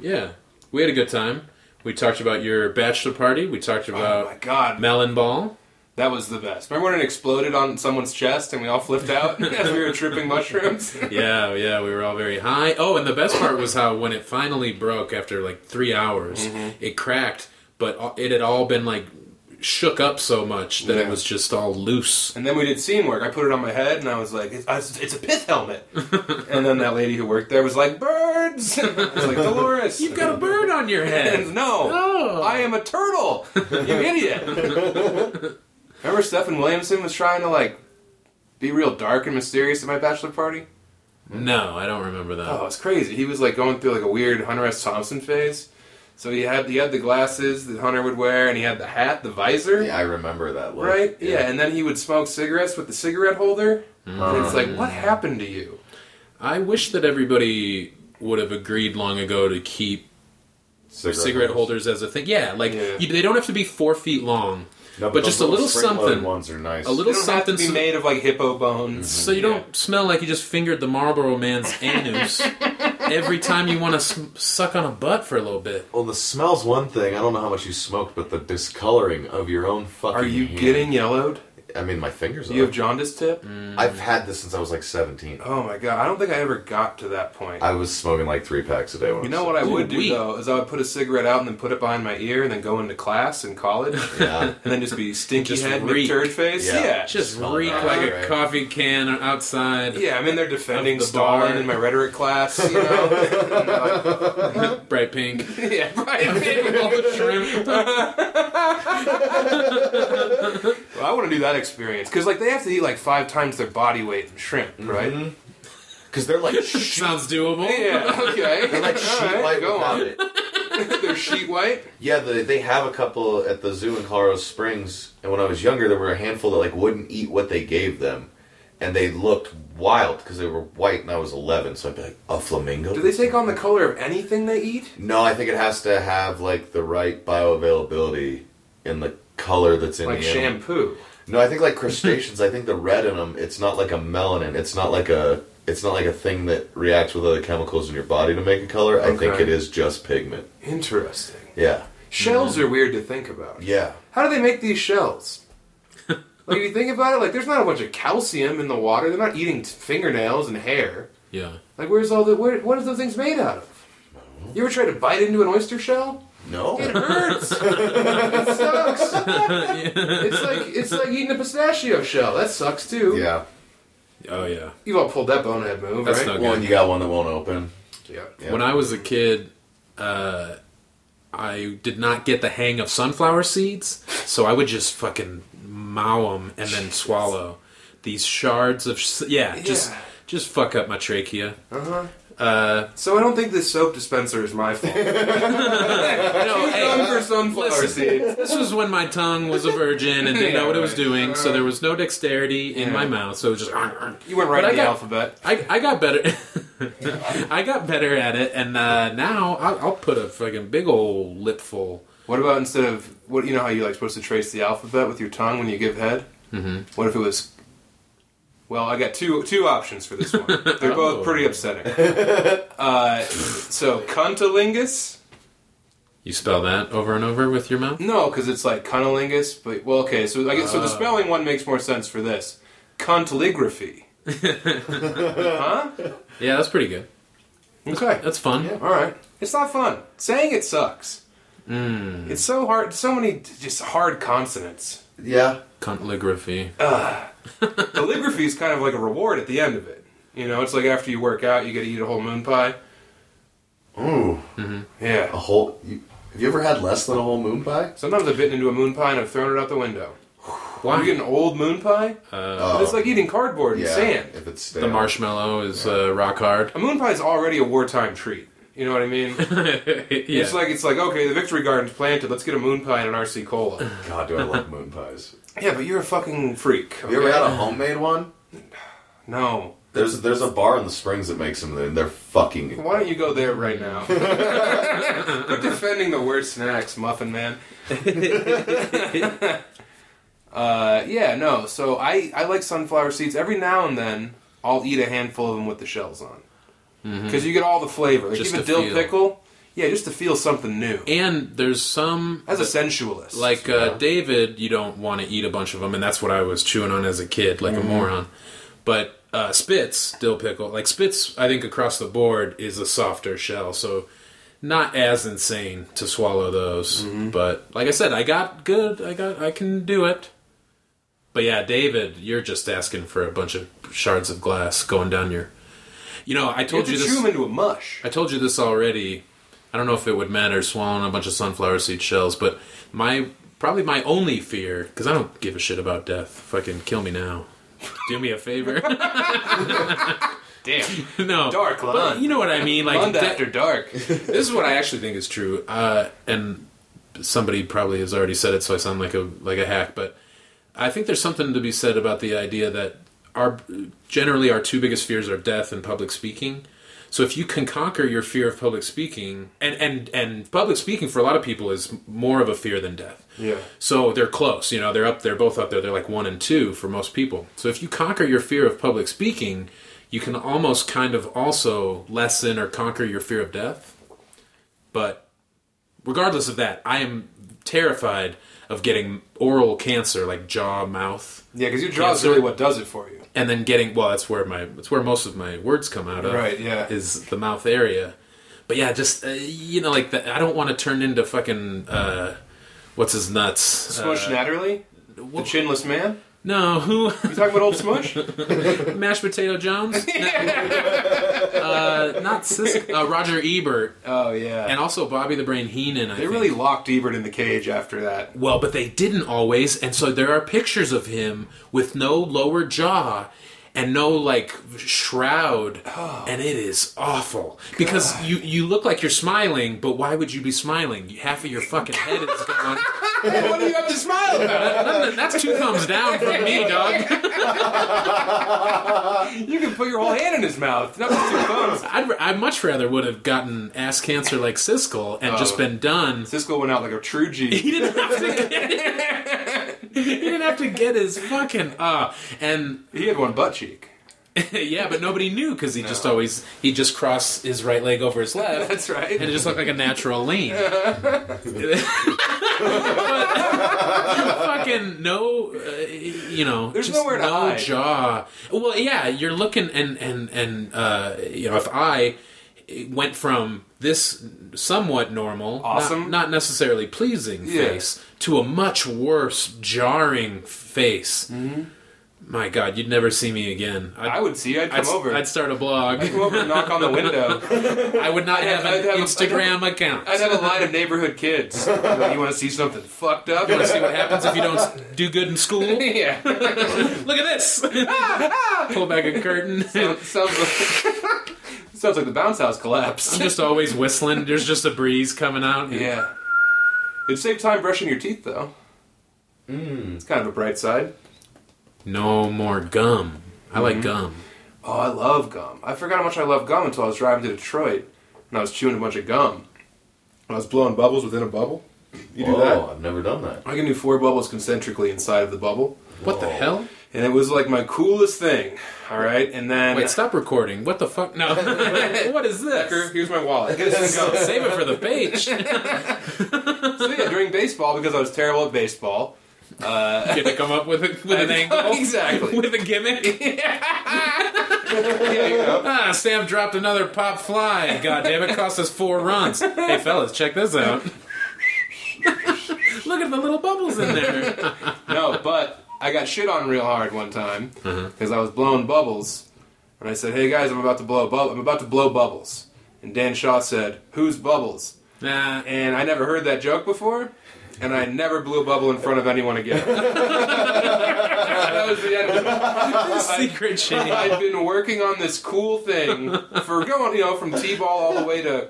Yeah, we had a good time. We talked about your bachelor party. We talked Oh about my god, melon ball. that was the best. Remember when it exploded on someone's chest and we all flipped out as we were tripping mushrooms? Yeah, yeah, we were all very high. Oh, and the best part was how when it finally broke after like three hours, Mm-hmm. it cracked, but a- it had all been like shook up so much that Yeah. it was just all loose. And then we did scene work. I put it on my head and I was like, it's, it's- it's a pith helmet. and then that lady who worked there was like, birds. I was like, Dolores. You've got a bird on your And head. no, No. I am a turtle. You idiot. Remember Stephen Williamson was trying to like be real dark and mysterious at my bachelor party? No, I don't remember that. Oh, it's crazy. He was like going through like a weird Hunter S. Thompson phase. So he had he had the glasses that Hunter would wear, and he had the hat, the visor, Yeah, I remember that. Look. right? Yeah. and then he would smoke cigarettes with the cigarette holder. And Um, it's like, what happened to you? I wish that everybody would have agreed long ago to keep Cigarette, cigarette holders as a thing. Yeah, like Yeah. You, they don't have to be four feet long, No, but just the a little straight-loaded something. Ones are nice. a They little don't have to something be so, Mm-hmm. made of like hippo bones. so you don't smell like you just fingered the Marlboro man's anus every time you want to sm- suck on a butt for a little bit. Well, the smell's one thing. I don't know how much you smoked, but the discoloring of your own fucking. Are you hand. getting yellowed? I mean, my fingers. Do you are. have jaundice tip? Mm. I've had this since I was like 17. Oh my god, I don't think I ever got to that point. I was smoking like three packs a day. When You know what I Dude, would do we- though is I would put a cigarette out and then put it behind my ear and then go into class in college Yeah. and then just be stinky Just head reek. McTurd face. Yeah. Yeah. Just Smell reek bad, like right? a coffee can outside. Yeah, I'm in there defending Of the Stalin bar. in my rhetoric class, you know. Bright pink. yeah, right. All the shrimp. Well, I want to do that experience because, like, they have to eat like five times their body weight in shrimp, Mm-hmm. right? Because Mm-hmm. they're like sheet, Sounds doable. Yeah. Oh, Okay. they're like All sheet right, white go without on. it. They're sheet white. Yeah, they, they have a couple at the zoo in Colorado Springs. And when I was younger, there were a handful that like wouldn't eat what they gave them, and they looked wild because they were white, and I was 11, so I'd be like a flamingo. Do they take on the color of anything they eat? No, I think it has to have like the right bioavailability in the color that's in Like the animal. shampoo. No, I think like crustaceans. I think the red in them. It's not like a melanin. It's not like a. It's not like a thing that reacts with other chemicals in your body to make a color. I think Okay. it is just pigment. Interesting. Yeah. Shells are weird to think about. Mm-hmm. Yeah. How do they make these shells? Like if you think about it, like there's not a bunch of calcium in the water. They're not eating t- fingernails and hair. Yeah. Like where's all the where, what are those things made out of? Mm-hmm. You ever tried to bite into an oyster shell? No. It hurts. it sucks. It's like it's like eating a pistachio shell. That sucks too. Yeah. Oh yeah. You've all pulled that bonehead move, That's right? not- One, you got one that won't open. yeah. Yeah. When I was a kid, uh, I did not get the hang of sunflower seeds, so I would just fucking mow them and then swallow these shards of s- yeah, just Yeah. just fuck up my trachea. Uh-huh. Uh, So I don't think this soap dispenser is my fault. no, Young hey, for sunflower listen. seeds. this was when my tongue was a virgin and didn't know what it was doing, so there was no dexterity in Yeah. my mouth, so it was just. You went right to But I the got- alphabet. I, I got better. I got better at it, and uh, now I'll, I'll put a fucking big old lipful. What about instead of what you know how you like supposed to trace the alphabet with your tongue when you give head? Mm-hmm. What if it was? Well, I got two two options for this one. They're Oh. both pretty upsetting. Uh, so cuntilingus? You spell that over and over with your mouth. No, because it's like cunnilingus. But well, okay. So I guess Uh. so the spelling one makes more sense for this. Cuntigraphy. huh? Yeah, that's pretty good. Okay. That's fun. Yeah. All right. It's not fun. Saying it sucks. Hmm. It's so hard. So many just hard consonants. Yeah. Calligraphy. Uh, calligraphy is kind of like a reward at the end of it. You know, it's like after you work out, you get to eat a whole moon pie. Ooh. A Yeah. whole. You, have you ever had less than a whole moon pie? Sometimes I've bitten into a moon pie and I've thrown it out the window. Why? You get an old moon pie? uh, Oh, It's like eating cardboard and yeah, sand. If it's the marshmallow is uh, rock hard. A moon pie is already a wartime treat. You know what I mean? yeah. It's like it's like okay, the victory garden's planted. Let's get a moon pie and an RC cola. God, do I love moon pies? yeah, but you're a fucking freak. Have you ever okay? had a homemade one? No. There's there's a bar in the Springs that makes them, and they're fucking. Why don't you go there right now? Quit defending the worst snacks, Muffin Man. uh, yeah, no. So I, I like sunflower seeds. Every now and then, I'll eat a handful of them with the shells on. Because you get all the flavor. Like Mm-hmm. Just even to dill feel. pickle. Yeah, just to feel something new. and there's some As a sensualist. like uh, David, you don't want to eat a bunch of them, and that's what I was chewing on as a kid, like Mm-hmm. a moron. But uh, Spitz, dill pickle, like Spitz, I think across the board is a softer shell, so not as insane to swallow those. Mm-hmm. But like I said, I got good, I got, I can do it. But yeah, David, you're just asking for a bunch of shards of glass going down your. You know, I you have told to you chew this. 'em into a mush. I told you this already. I don't know if it would matter swallowing a bunch of sunflower seed shells, but my probably my only fear because I don't give a shit about death. Fucking kill me now. Do me a favor. Damn. no, Dark But Lund. you know what I mean. Like Lund de- after dark. this is what I actually think is true, uh, and somebody probably has already said it, so I sound like a like a hack. But I think there's something to be said about the idea that our generally our two biggest fears are death and public speaking. So if you can conquer your fear of public speaking, and and and public speaking for a lot of people is more of a fear than death. Yeah. So they're close, you know, they're up they're both up there. They're like one and two for most people. So if you conquer your fear of public speaking, you can almost kind of also lessen or conquer your fear of death. But regardless of that, I am terrified of getting oral cancer like jaw, mouth, Yeah, because your jaw's Cancer. really what does it for you. and then getting well, that's where my that's where most of my words come out of. Right, yeah. Is the mouth area. But yeah, just uh, you know like the, I don't want to turn into fucking uh what's his nuts? Uh, Smush Natterly? The chinless man? no, who You talking about old Smush? Mashed Potato Jones? uh, not Sis- uh, Roger Ebert, oh yeah. and also Bobby the Brain Heenan. I They think. really locked Ebert in the cage after that. well, but they didn't always, and so there are pictures of him with no lower jaw and no like shroud, and it is awful because you you look like you're smiling, but why would you be smiling? Half of your fucking head is gone. what do you have to smile about? That's two thumbs down from me, dog. You can put your whole hand in his mouth, not just your thumbs. I'd, I'd much rather would have gotten ass cancer like Siskel and just been done Cisco went out like a true G. He didn't have to get. he didn't have to get his fucking uh. And He had one butt cheek. yeah, but nobody knew because he just always he just crossed his right leg over his left. That's right. And it just looked like a natural lean. But fucking no, uh, you know, There's just nowhere to no hide. jaw. Well, yeah, you're looking and and and uh, you know, if I went from this somewhat normal, not- Awesome. not, necessarily pleasing Yeah. face to a much worse, jarring face. Mm-hmm. My God, you'd never see me again. I'd, I would see you. I'd come I'd, over. I'd start a blog. come over and knock on the window. I would not have I'd an have a- Instagram account. I'd have a line of neighborhood kids. You want to see something fucked up? Want to see what happens if you don't s- do good in school? yeah. Look at this. Pull back a curtain. sounds like, sounds like the bounce house collapsed. I'm just always whistling. There's just a breeze coming out. Yeah. It'd save time brushing your teeth, though. Mm. It's kind of a bright side. No more gum. I Mm-hmm. like gum. Oh, I love gum. I forgot how much I love gum until I was driving to Detroit and I was chewing a bunch of gum. And I was blowing bubbles within a bubble. You do oh, that? I've never done that. I can do four bubbles concentrically inside of the bubble. What the Whoa. hell? And it was like my coolest thing. All right. And then. Wait, stop recording. What the fuck? No. what is Here- this? Here's my wallet. Save it for the page. so yeah, during baseball, because I was terrible at baseball. Get to come up with, a, with an angle. exactly. With a gimmick. Yeah, you know. Ah, Sam dropped another pop fly. God damn it, cost us four runs. Hey, fellas, check this out. Look at the little bubbles in there. No, but I got shit on real hard one time because I was blowing bubbles, and I said, "Hey guys, I'm about to blow a bubble. I'm about to blow bubbles." And Dan Shaw said, "Who's bubbles?" Nah, And I never heard that joke before, and I never blew a bubble in front of anyone again. that was the end. of it. secret shame. I'd been working on this cool thing for going, you know, from t-ball all the way to.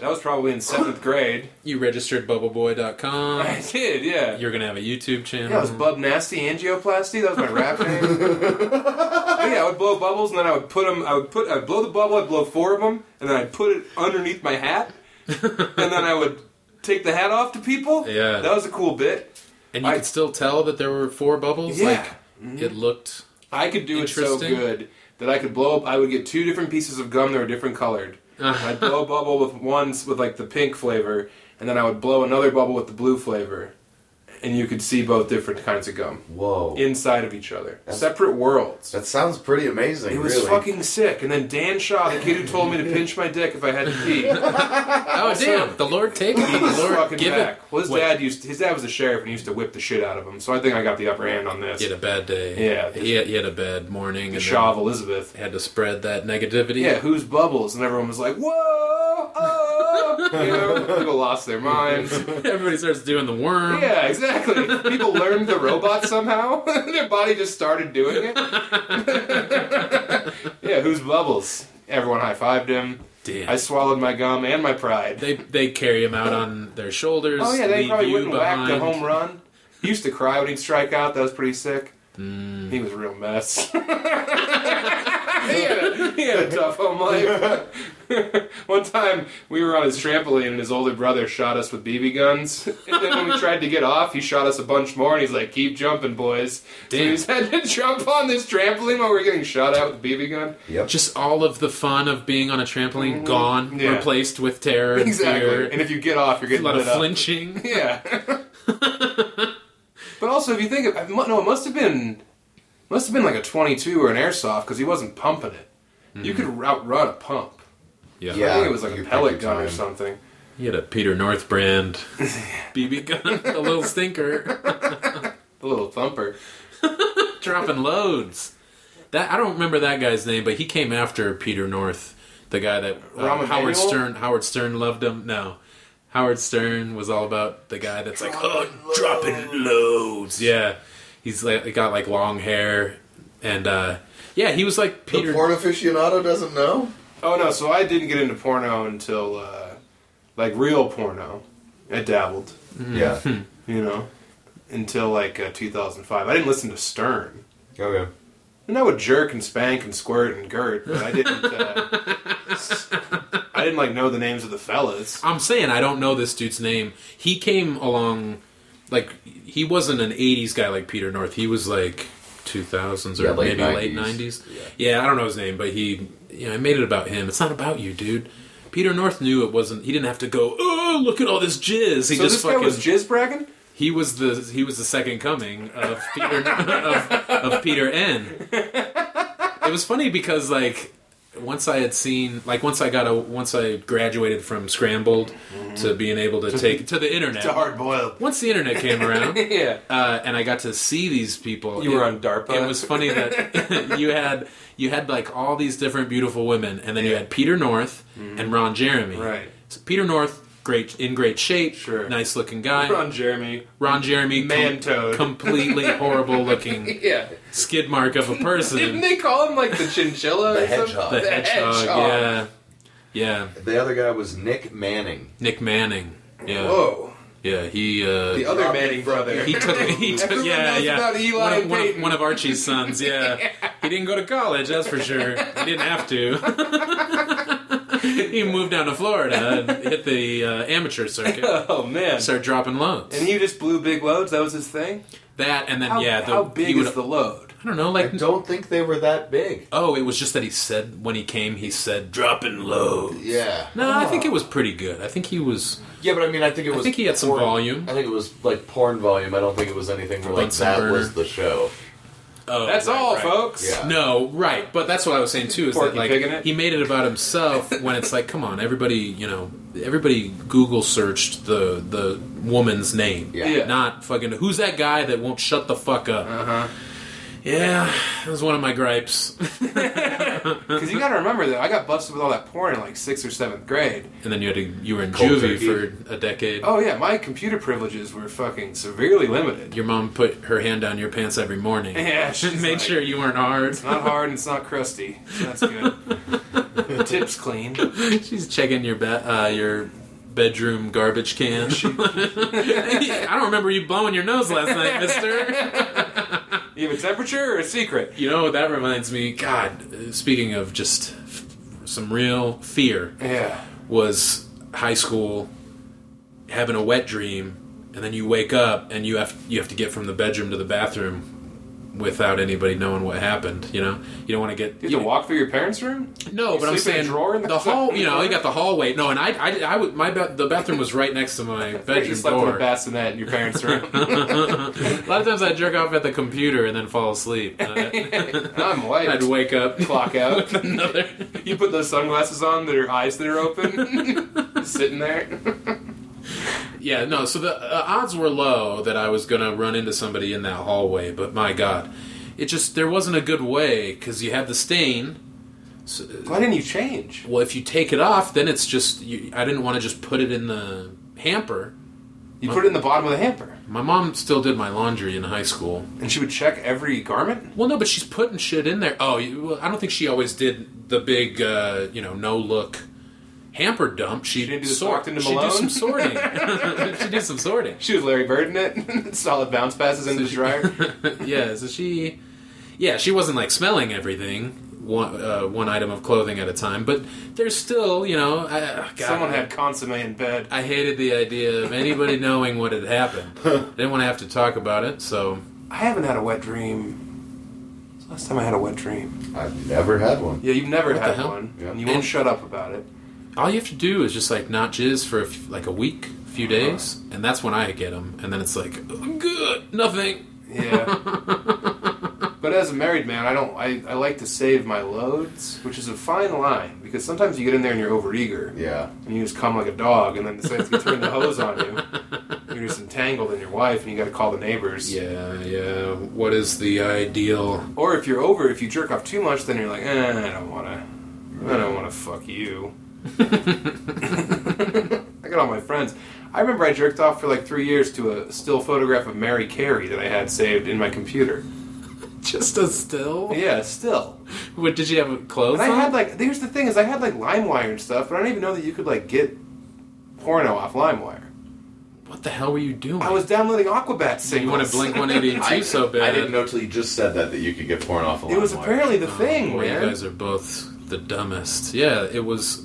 That was probably in seventh grade. You registered bubbleboy.com. I did, yeah. You're gonna have a YouTube channel. Yeah, it was Bub Nasty Angioplasty. That was my rap name. But yeah, I would blow bubbles and then I would put them. I would put. I'd blow the bubble. I'd blow four of them, and then I'd put it underneath my hat, and then I would take the hat off to people. Yeah. that was a cool bit. and you I- could still tell that there were four bubbles. Yeah. Mm-hmm. Like it looked. I could do it so Interesting. good that I could blow up. I would get two different pieces of gum that were different colored. Uh-huh. I'd blow a bubble with one s- with like the pink flavor, and then I would blow another bubble with the blue flavor, and you could see both different kinds of gum Whoa. inside of each other, separate worlds. that sounds pretty amazing. It was really. fucking sick. And then Dan Shaw, the kid who told me to pinch my dick if I had to pee, Oh damn! The Lord take me. he was The Lord fucking give back. it. Well, his Wait, dad used his dad was a sheriff and he used to whip the shit out of him. So I think I got the upper hand on this. He had a bad day. Yeah, He had, he had a bad morning. the and Shaw of Elizabeth. then had to spread that negativity. Yeah, who's bubbles? And everyone was like, "Whoa!" Oh! You know, people lost their minds. Everybody starts doing the worm. Yeah, exactly. People learned the robot somehow. their body just started doing it. yeah, who's bubbles? Everyone high fived him. Damn. I swallowed my gum and my pride. they they carry him out on their shoulders. Oh yeah, they leave probably you wouldn't behind. whack the home run. He used to cry when he'd strike out. That was pretty sick. Mm. He was a real mess. he, had a, he had a tough home life. One time we were on his trampoline and his older brother shot us with BB guns. And then when we tried to get off, he shot us a bunch more and he's like, "Keep jumping, boys." So Damn. we just had to jump on this trampoline while we were getting shot at with a BB gun. Yep. Just all of the fun of being on a trampoline gone, Mm-hmm. Yeah. replaced with terror and Exactly. fear. And if you get off, you're a getting lot of lit up. flinching. Yeah. but also, if you think of, I mu- no, it must have been, must have been like a 22 or an airsoft because he wasn't pumping it. You could outrun a pump. I Yeah. think it was like a you pick pellet your gun or time. something. He had a Peter North brand BB gun, a little stinker, A little thumper. dropping loads. That I don't remember that guy's name, but he came after Peter North, the guy that uh, Rahm Emanuel? Howard Stern. Howard Stern loved him. No, Howard Stern was all about the guy that's like, oh, dropping loads. Yeah, he's like he got like long hair, and uh, yeah, he was like The Peter. porn aficionado doesn't know. Oh no! So I didn't get into porno until uh, like real porno. I dabbled, Yeah. you know, until like uh, 2005. I didn't listen to Stern. okay. And I would jerk and spank and squirt and girt, but I didn't. Uh, I didn't like know the names of the fellas. I'm saying I don't know this dude's name. He came along, like he wasn't an '80s guy like Peter North. He was like 2000s or Yeah, late maybe late 90s. '90s. Yeah. I don't know his name, but he, you know, I made it about him. It's not about you, dude. Peter North knew it wasn't. He didn't have to go. Oh, look at all this jizz. So He just this fucking. guy was jizz bragging. He was the he was the second coming of Peter of, of Peter N. It was funny because like once I had seen like once I got a once I graduated from scrambled Mm-hmm. to being able to take to the internet. It's a hard boil. Once the internet came around, yeah. uh, and I got to see these people. You It- were on DARPA? It was funny that you had you had like all these different beautiful women, and then you had Peter North and Ron Jeremy. Mm-hmm. Right. So Peter North, great in great shape, Sure. nice looking guy. Ron Jeremy. Ron Jeremy, com- Man-toad. completely horrible looking Yeah. skid mark of a person. Didn't they call him like the chinchilla? The or something? hedgehog. the The hedgehog, hedgehog. yeah, yeah. The other guy was Nick Manning. Nick Manning, yeah, Whoa. yeah. He uh, The other Manning brother. He took. He took. Everyone yeah, knows yeah. about Eli one, of, and one, of, Peyton. one of Archie's sons. Yeah. he didn't go to college. That's for sure. He didn't have to. he moved down to Florida and hit the uh, amateur circuit. oh man. Started dropping loads. And he just blew big loads. That was his thing. that and then How, yeah. The, how big he would, is the load? I don't know. I Like don't think they were that big. oh, it was just that he said when he came, he said dropping loads. Yeah. No, I Oh. think it was pretty good. I think he was. Yeah, but I mean, I think it was. I think he had some porn- volume. I think it was like porn volume. I don't think it was anything where like Bunsen that burner. was the show. Oh, That's right, all, right. folks. Yeah. No, right, but that's what I was saying too. Is Porky that like pigging it? he made it about himself when it's like, come on, everybody, you know, everybody Google searched the the woman's name, Yeah. Yeah. not fucking who's that guy that won't shut the fuck up. Uh-huh. Yeah, that was one of my gripes. Because you got to remember that I got busted with all that porn in like sixth or seventh grade. and then you had to you were in Cold juvie turkey. for a decade. Oh yeah, my computer privileges were fucking severely limited. Your mom put her hand down your pants every morning. Yeah, she's made like- sure you weren't hard. It's not hard and it's not crusty. So that's good. The tip's clean. She's checking your be- uh, your bedroom garbage can. I don't remember you blowing your nose last night, Mister. You have a temperature or a secret? You know that reminds me. God, uh, speaking of just f- some real fear, Yeah. was high school having a wet dream, and then you wake up and you have you have to get from the bedroom to the bathroom without anybody knowing what happened. You know, you don't want to get You have to walk through your parents' room? No, You but I'm sleep in a saying drawer in the- hall. You know, you got the hallway. No, and I, I, I would, my ba- the bathroom was right next to my you bedroom slept in a door. bassinet in your parents' room. a lot of times I would jerk off at the computer and then fall asleep. And I'm I, wiped. I'd wake up, Clock out. with another. You put those sunglasses on that are eyes that are open. Sitting there. Yeah, no. So the uh, odds were low that I was gonna run into somebody in that hallway, but my God, it just there wasn't a good way because you have the stain. Why didn't you change? Well, if you take it off, then it's just you, I didn't want to just put it in the hamper. You put it in the bottom of the hamper. My mom still did my laundry in high school. And she would check every garment? Well, no, but she's putting shit in there. Oh, you- well, I don't think she always did the big, uh, you know, no look hamper dump. She, didn't do the sort. Stockton to she did Malone? some sorting. she did some sorting. She was Larry Bird in it. Solid bounce passes into the dryer. yeah, so she, yeah, she wasn't like smelling everything one uh, one item of clothing at a time. But there's still, you know, I, uh, God, Someone had consomme in bed. I hated the idea of anybody knowing what had happened. Didn't want to have to talk about it. So I haven't had a wet dream. When's the Last time I had a wet dream. I've never had one. Yeah, you've never What the had hell? one, Yeah. and you won't And- shut up about it. all you have to do is just like not jizz for a f- like a week, a few days, and that's when I get them. And then it's like, good, nothing. Yeah. but as a married man, I don't. I, I like to save my loads, which is a fine line because sometimes you get in there and you're overeager Yeah. and you just come like a dog, and then decides to turn the hose on you. You're just entangled in your wife, and you got to call the neighbors. Yeah, yeah. What is the ideal? Or if you're over, if you jerk off too much, then you're like, eh, I don't want to. I don't want to fuck you. I got all my friends. I remember I jerked off for like three years to a still photograph of Mary Carey that I had saved in my computer. Just a still? Yeah, still. What did you have clothes And I on? had like, here's the thing is, I had like LimeWire and stuff, but I didn't even know that you could like get porno off LimeWire. what the hell were you doing? I was downloading Aquabat singles. you want to blink one eighty two so bad? I didn't know till you just said that that you could get porn off a It was LimeWire. apparently the thing, Oh, Boy, man. you guys are both the dumbest. Yeah, it was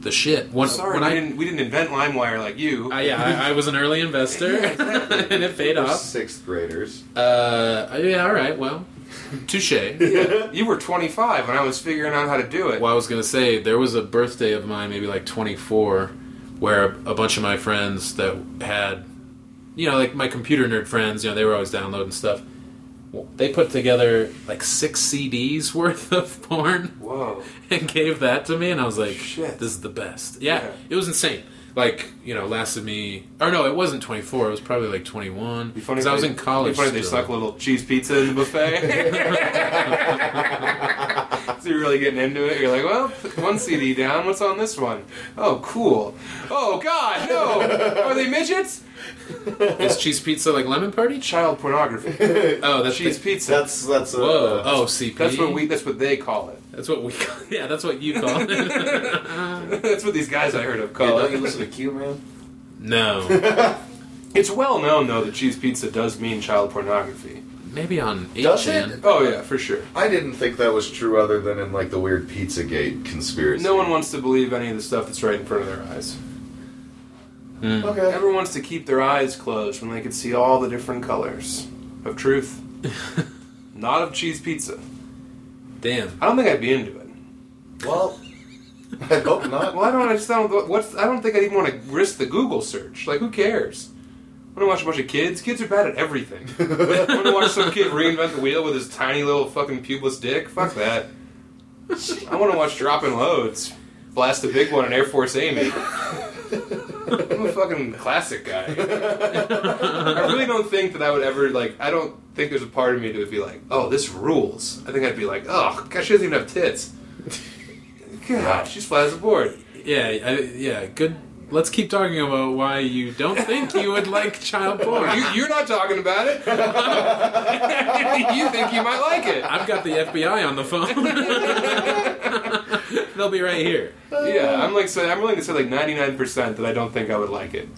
the shit. When, Sorry, we, when I, didn't, we didn't invent LimeWire like you. I- yeah, I, I was an early investor, and it paid We're off. sixth graders. Uh, yeah, all right, well, touche. you were 25 when I was figuring out how to do it. Well, I was gonna say there was a birthday of mine, maybe like 24, where a bunch of my friends that had you know, like my computer nerd friends, you know, they were always downloading stuff. Well, They put together like six CDs worth of porn Whoa. and gave that to me, and I was like, Shit. "This is the best." Yeah, Yeah. it was insane. Like you know, lasted me. Or no, it wasn't twenty four. It was probably like twenty one. Be funny Because if I was they- in college. Be funny if they still. stuck a little cheese pizza in the buffet. so you're really getting into it. You're like, well, one CD down. What's on this one? Oh, cool. Oh God, no. Are they midgets? Is cheese pizza like lemon party? Child pornography. Oh, that's Cheese the- pizza. That's that's. Uh, Whoa. Oh, CP. That's what we. That's what they call it. That's what we. Call, yeah, that's what you call it. That's what these guys I heard of Yeah, call don't you it. listen to Q, man? no. It's well known though that cheese pizza does mean child pornography. Maybe on Does it? 8chan. Oh yeah, for sure. I didn't think that was true, other than in like the weird PizzaGate conspiracy. No one wants to believe any of the stuff that's right in front of their eyes. Okay. Everyone wants to keep their eyes closed when they can see all the different colors of truth. Not of cheese pizza. Damn. I don't think I'd be into it. Well, I hope not. Well, I don't. I just don't. What's? I don't think I'd even want to risk the Google search. Like, who cares? I want to watch a bunch of kids. Kids are bad at everything. I want to watch some kid reinvent the wheel with his tiny little fucking pubeless dick. Fuck that. I want to watch dropping loads. Blast a big one in Air Force Amy. I'm a fucking classic guy. I really don't think that I would ever like. I don't think there's a part of me that would be like, "Oh, this rules." I think I'd be like, "Oh, God, she doesn't even have tits." God, she's flat as a board. Yeah. I, yeah. Good. Let's keep talking about why you don't think you would like child porn. You, you're not talking about it. you think you might like it. I've got the FBI on the phone. They'll be right here. Yeah, I'm like, so I'm willing to say like 99% that I don't think I would like it.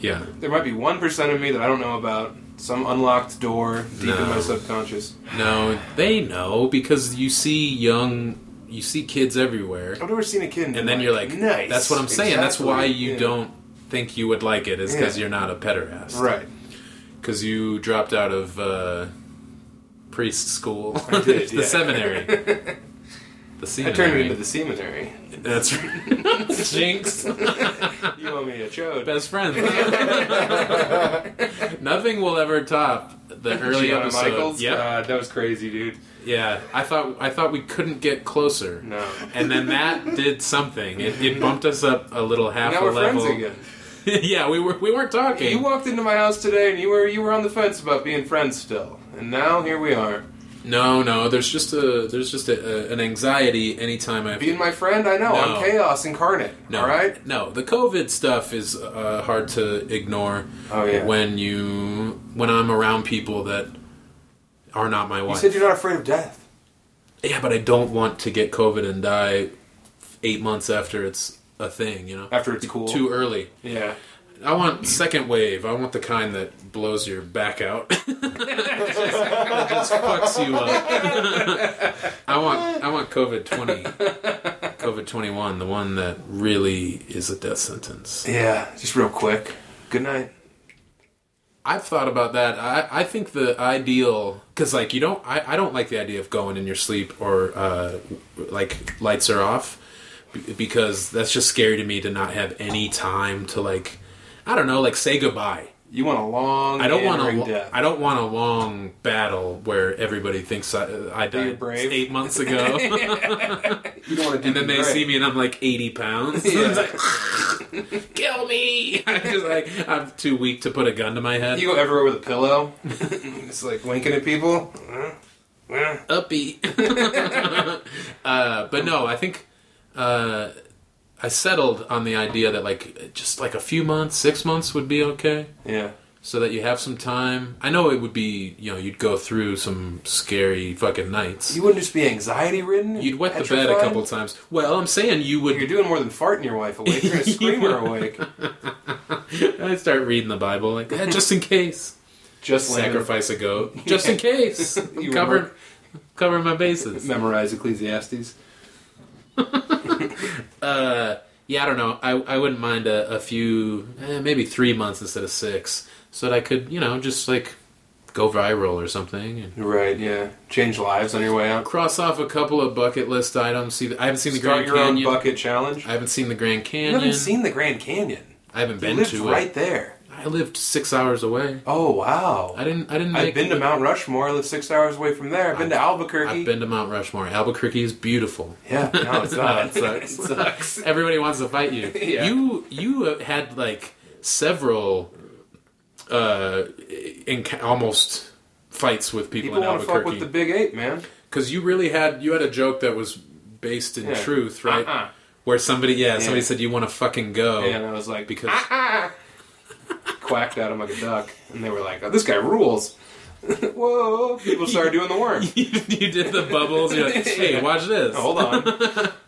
Yeah. There might be 1% of me that I don't know about. Some unlocked door deep in my No. subconscious. No, they know because you see young, you see kids everywhere, I've never seen a kid. and then you're like, nice. That's what I'm saying. That's Exactly. why you Yeah. don't think you would like it is because Yeah. you're not a pederast. Right. Because you dropped out of uh, priest school, I did, the yeah. seminary. I The seminary. turned into the seminary. That's right. Jinx. You owe me a chode. Best friends. Nothing will ever top the early Gianna episode. Michaels. Yep. God, that was crazy, dude. Yeah, I thought I thought we couldn't get closer, No. and then that did something. It, it bumped us up a little half now a we're level. friends again. yeah, we were we weren't talking. You walked into my house today, and you were you were on the fence about being friends still, and now here we are. no, no. There's just a there's just a, a, an anxiety anytime I have Being my friend, I know No. I'm chaos incarnate. No, All right. No, the COVID stuff is uh, hard to ignore. Oh, yeah. When you when I'm around people that are not my wife. You said you're not afraid of death. yeah, but I don't want to get COVID and die eight months after it's a thing. You know, After it's cool. too early. Yeah. I want second wave. I want the kind that blows your back out. just, just fucks you up. I want I want COVID twenty, COVID twenty one, the one that really is a death sentence. Yeah. Just real quick. Good night. I've thought about that. I, I think the ideal because like you don't I, I don't like the idea of going in your sleep or uh, like lights are off b- because that's just scary to me to not have any time to like I don't know like say goodbye. You want a long. I don't want lingering a lo- death. I don't want a long battle where everybody thinks I, I you're died brave. eight months ago, you don't want to. and then they see me and I'm like eighty pounds. It's like, Kill me! I'm just like I'm too weak to put a gun to my head. You go everywhere with a pillow. it's like winking at people. Uh, Mm-hmm. uh. Uppy. uh, but no, I think uh, I settled on the idea that like just like a few months, six months would be okay. Yeah. so that you have some time. I know it would be, you know, you'd go through some scary fucking nights. You wouldn't just be anxiety ridden. You'd wet the bed a couple times. Well, I'm saying you You're would. doing more than farting your wife awake. You're gonna scream her awake. I'd start reading the Bible like that, just in case. Just sacrifice. Sacrifice a goat, just in case. You cover, remember- cover my bases. Memorize Ecclesiastes. Uh, yeah, I don't know. I, I wouldn't mind a, a few, eh, maybe three months instead of six, so that I could, you know, just like go viral or something. And, Right. Yeah. Change lives on your way out. Cross off a couple of bucket list items. See, the, I haven't seen the Start Grand your own Canyon. bucket challenge. I haven't seen the Grand You Canyon. haven't seen the Grand Canyon. I haven't You been lived to right it. there. I I lived six hours away. Oh wow! I didn't. I didn't. Make, I've been to Mount Rushmore. I live six hours away from there. I've been to Albuquerque. I've been to Mount Rushmore. Albuquerque is beautiful. Yeah, no, it's No, not. it sucks. it sucks. Everybody wants to fight you. Yeah. You you uh, had like several uh enc- almost fights with people, People in want to fuck with the Albuquerque Big Eight, man. because you really had you had a joke that was based in Yeah. truth, right? Uh-uh. Where somebody yeah, somebody said you want to fucking go. And I was like, Because- "Ah, ah," quacked at him like a duck, and they were like, "Oh, this guy rules." Whoa! People started doing the worm. you you did the bubbles. You're like, hey, Yeah. watch this. Hold on.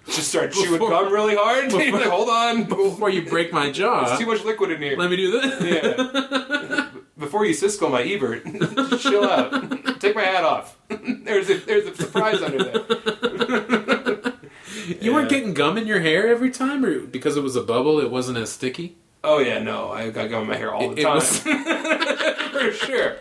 Just start chewing Before- gum really hard. You're like, Hold on. Before you break my jaw, There's too much liquid in here. let me do this. Yeah. Before you Siskel my Ebert, chill out. Take my hat off. There's a, there's a surprise under there. You weren't Yeah. getting gum in your hair every time, or because it was a bubble, it wasn't as sticky. Oh yeah, no, I got gum in my hair all the It- it time. was- For sure.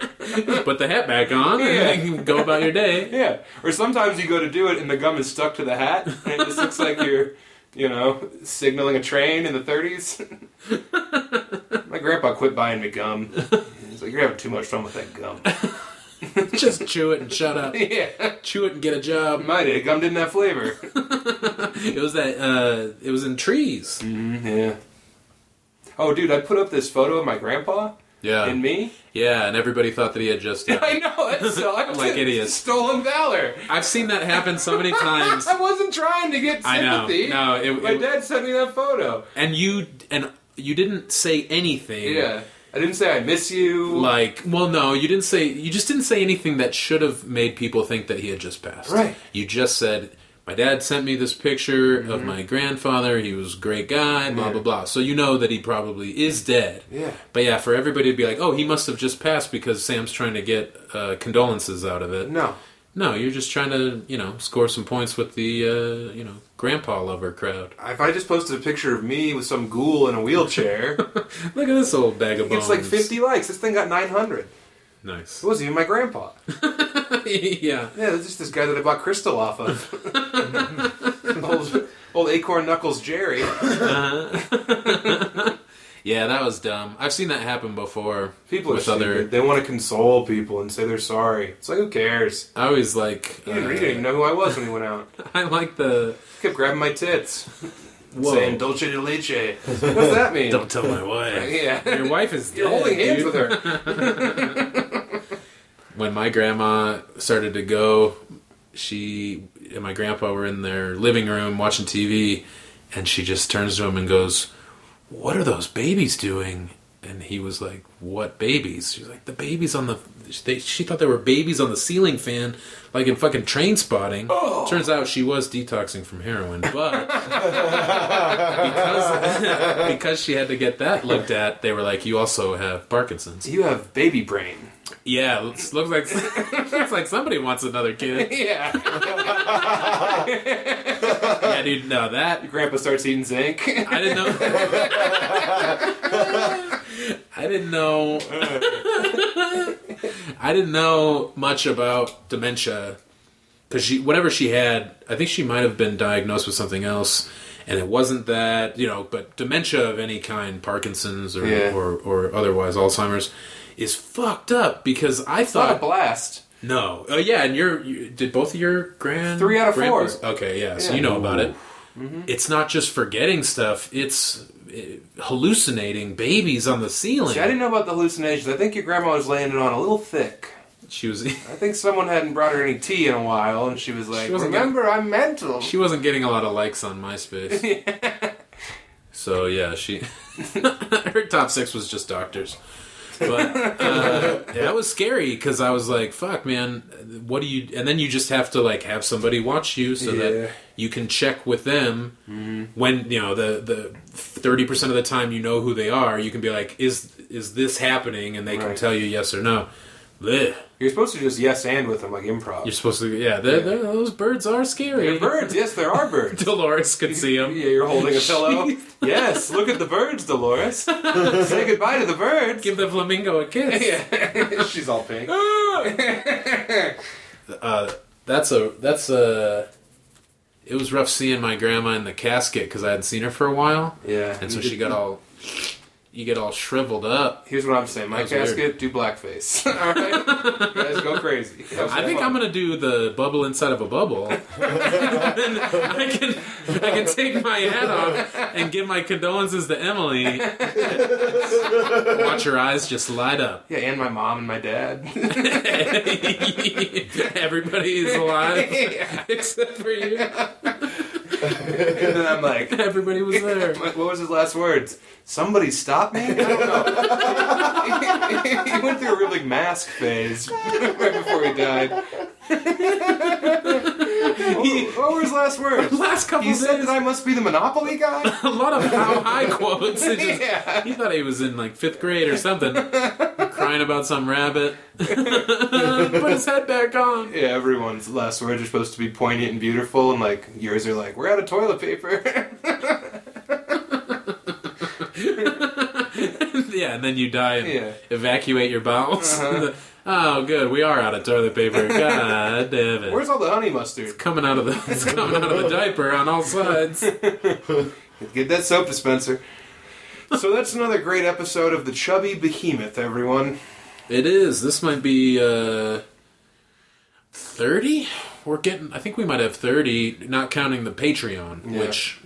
Put the hat back on and you can go about your day. Yeah. Or sometimes you go to do it and the gum is stuck to the hat and it just looks like you're, you know, signaling a train in the 30s. my grandpa quit buying me gum. He's like, you're having too much fun with that gum. Just chew it and shut up. yeah. Chew it and get a job. My day, gum didn't have flavor. It was that. uh It was in trees. Mm. Yeah. Oh, dude, I put up this photo of my grandpa Yeah, and me. yeah, and everybody thought that he had just. I Died. know that sucks. Like idiots. Stolen valor. I've seen that happen so many times. I wasn't trying to get I know. sympathy. No, it- my it- dad sent me that photo. And you and you didn't say anything. Yeah, I didn't say I miss you. Like, well, no, you didn't say. You just didn't say anything that should have made people think that he had just passed. Right. You just said, "My dad sent me this picture Mm-hmm. of my grandfather. He was a great guy. Blah blah blah." So you know that he probably is dead. Yeah. But yeah, for everybody to be like, "Oh, he must have just passed because Sam's trying to get uh, condolences out of it." no. No, you're just trying to, you know, score some points with the, uh, you know, grandpa lover crowd. If I just posted a picture of me with some ghoul in a wheelchair, Look at this old bag of bones. it's like 50 likes. This thing got 900. Nice. It wasn't even my grandpa. yeah. Yeah, it was just this guy that I bought crystal off of. old, old Acorn Knuckles Jerry. Uh-huh. Yeah, that was dumb. I've seen that happen before. People are with stupid. other. They want to console people and say they're sorry. It's like who cares? I always like. You didn't, uh, you didn't even know who I was when we went out. I like the. kept grabbing my tits, and Whoa. saying "Dolce de leche." What's that mean? Don't tell my wife. yeah, Your wife is. you're dead, holding hands dude. with her. When my grandma started to go, she and my grandpa were in their living room watching TV, and she just turns to him and goes, "What are those babies doing?" And he was like, "What babies?" She's like, "The babies on the." They, she thought there were babies on the ceiling fan, like in fucking train spotting. Turns out she was detoxing from heroin, but because, because she had to get that looked at, they were like, "You also have Parkinson's." You have baby brain. Yeah, looks, looks like looks like somebody wants another kid. Yeah. Yeah, dude, no, that Grandpa starts eating zinc. I didn't know. I didn't know. I didn't know much about dementia because she, whatever she had, I think she might have been diagnosed with something else, and it wasn't that you know. But dementia of any kind, Parkinson's or Yeah. or, or otherwise, Alzheimer's, is fucked up because I Not a thought blast. no, oh yeah, and your you, did both of your grand Three out of four. grandpas- Okay, yeah, so Yeah. Mm-hmm. you know about it. It's not just forgetting stuff; it's uh, hallucinating babies on the ceiling. See, I didn't know about the hallucinations. I think your grandma was laying it on a little thick. she was I think someone hadn't brought her any tea in a while, and she was like, wasn't "Remember, I'm mental." she wasn't getting a lot of likes on MySpace. So yeah, she her top six was just doctors. But uh, that was scary because I was like, "Fuck, man, what do you?" And then you just have to like have somebody watch you so Yeah. Mm-hmm. that you can check with them when you know the the thirty percent of the time you know who they are. You can be like, "Is is this happening?" And they can Right. tell you yes or no. Blech. You're supposed to just yes and with them like improv. You're supposed to, yeah. They're, They're, those birds are scary. They're birds. Yes, there are birds. Dolores could see them. Yeah, you're holding a pillow. Jeez. yes, look at the birds, Dolores. Say goodbye to the birds. Give the flamingo a kiss. yeah, she's all pink. Ah! uh, that's a that's a. It was rough seeing my grandma in the casket because I hadn't seen her for a while, Yeah, and so she got all. you get all shriveled up. Here's what I'm saying. My That was casket, do blackface. All right, You guys, go crazy. I think I'm gonna do the bubble inside of a bubble. and then I can I can take my hat off and give my condolences to Emily. Watch her eyes just light up. Yeah, and my mom and my dad. Everybody is alive Yeah. except for you. And then I'm like, Everybody was there. what was his last words? Somebody stop me? I don't know. he went through a real big mask phase right before he died. what, what were his last words? Last couple He days, said that I must be the Monopoly guy? a lot of how high quotes. It just- Yeah. He thought he was in like fifth grade or something, crying about some rabbit. Put his head back on. Yeah, everyone's last words are supposed to be poignant and beautiful, and like yours are like, we're out of toilet paper. yeah, and then you die and Yeah. Uh-huh. evacuate your bowels. oh, good, we are out of toilet paper. God damn it! Where's all the honey mustard? coming out of the it's coming out of the diaper on all sides. Get that soap dispenser. So that's another great episode of the Chubby Behemoth, everyone. It is. This might be uh, thirty. We're getting. I think we might have thirty, not counting the Patreon, Yeah. which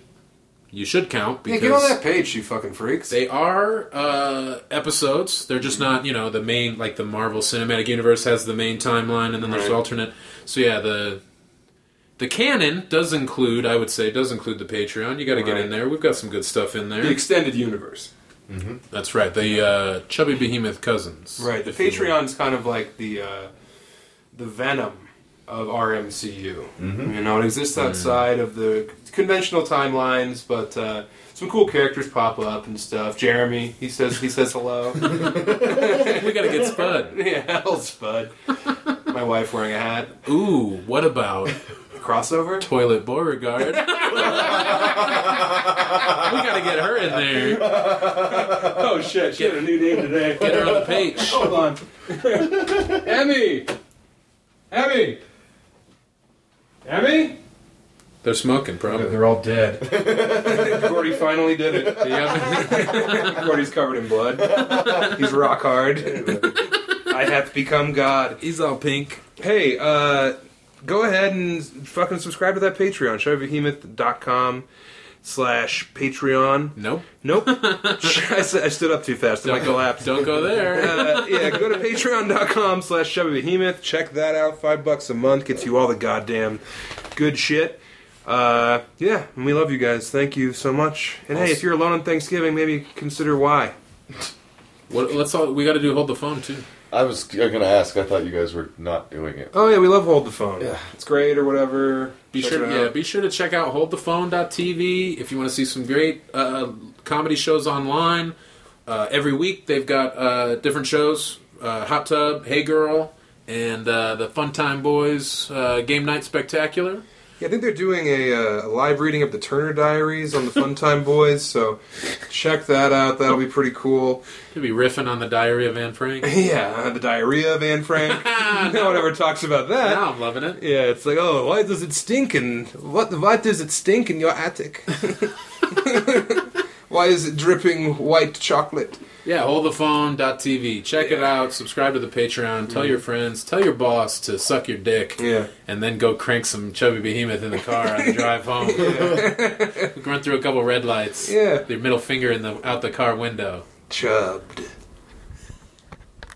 you should count Yeah, because get on that page, you fucking freaks. They are uh, episodes. They're just not, you know, the main like the Marvel Cinematic Universe has the main timeline, and then there's Right. alternate. So yeah, the the canon does include, I would say, does include the Patreon. You got to get Right. in there. We've got some good stuff in The there. extended universe. That's right. The uh, chubby behemoth cousins. Right. The if you will. Patreon's kind of like the uh, the venom of RMCU. Mm-hmm. You know, it exists outside of the conventional timelines, but uh, some cool characters pop up and stuff. Jeremy, he says he says hello. We got to get Spud. yeah, old Spud. My wife wearing a hat. Ooh, what about Crossover. Toilet Beauregard? we got to get her in there. Oh shit! She had a new name today. Get her on the page. Hold on. Emmy! Emmy! Emmy? They're smoking, probably. all dead. Gordy finally did it. Yeah. Gordy's covered in blood. He's rock hard. I have become God. He's all pink. Hey, uh, go ahead and fucking subscribe to that Patreon, showbehemoth.com slash Patreon. Nope. Nope. I, s- I stood up too fast. I might collapse. Don't go there. uh, yeah, go to patreon.com slash Chubby Behemoth. Check that out. Five bucks a month gets you all the goddamn good shit. Uh, yeah, and we love you guys. Thank you so much. And hey, if you're alone on Thanksgiving, maybe consider why. What, let's all. We got to do hold the phone too. I was gonna ask. I thought you guys were not doing it. Oh, yeah, we love Hold the Phone. Yeah. It's great or whatever. Be Check sure. it Yeah. out. Be sure to check out holdthephone.tv if you want to see some great uh, comedy shows online. Uh, every week they've got uh, different shows: uh, Hot Tub, Hey Girl, and uh, the Fun Time Boys uh, Game Night Spectacular. Yeah, I think they're doing a, uh, a live reading of the Turner Diaries on the Funtime Boys, so check that out. That'll be pretty cool. Could be riffing on the Diary of Anne Frank. Yeah, the diarrhea of Anne Frank. no one ever talks about that. now I'm loving it. Yeah, it's like, oh, why does it stink and what? Why does it stink in your attic? why is it dripping white chocolate? Yeah, holdthephone.tv. Check it out. Subscribe to the Patreon. Tell your friends. Tell your boss to suck your dick. Yeah. And then go crank some chubby behemoth in the car on the drive home. Run through a couple red lights. Yeah. Your middle finger in the out the car window. Chubbed.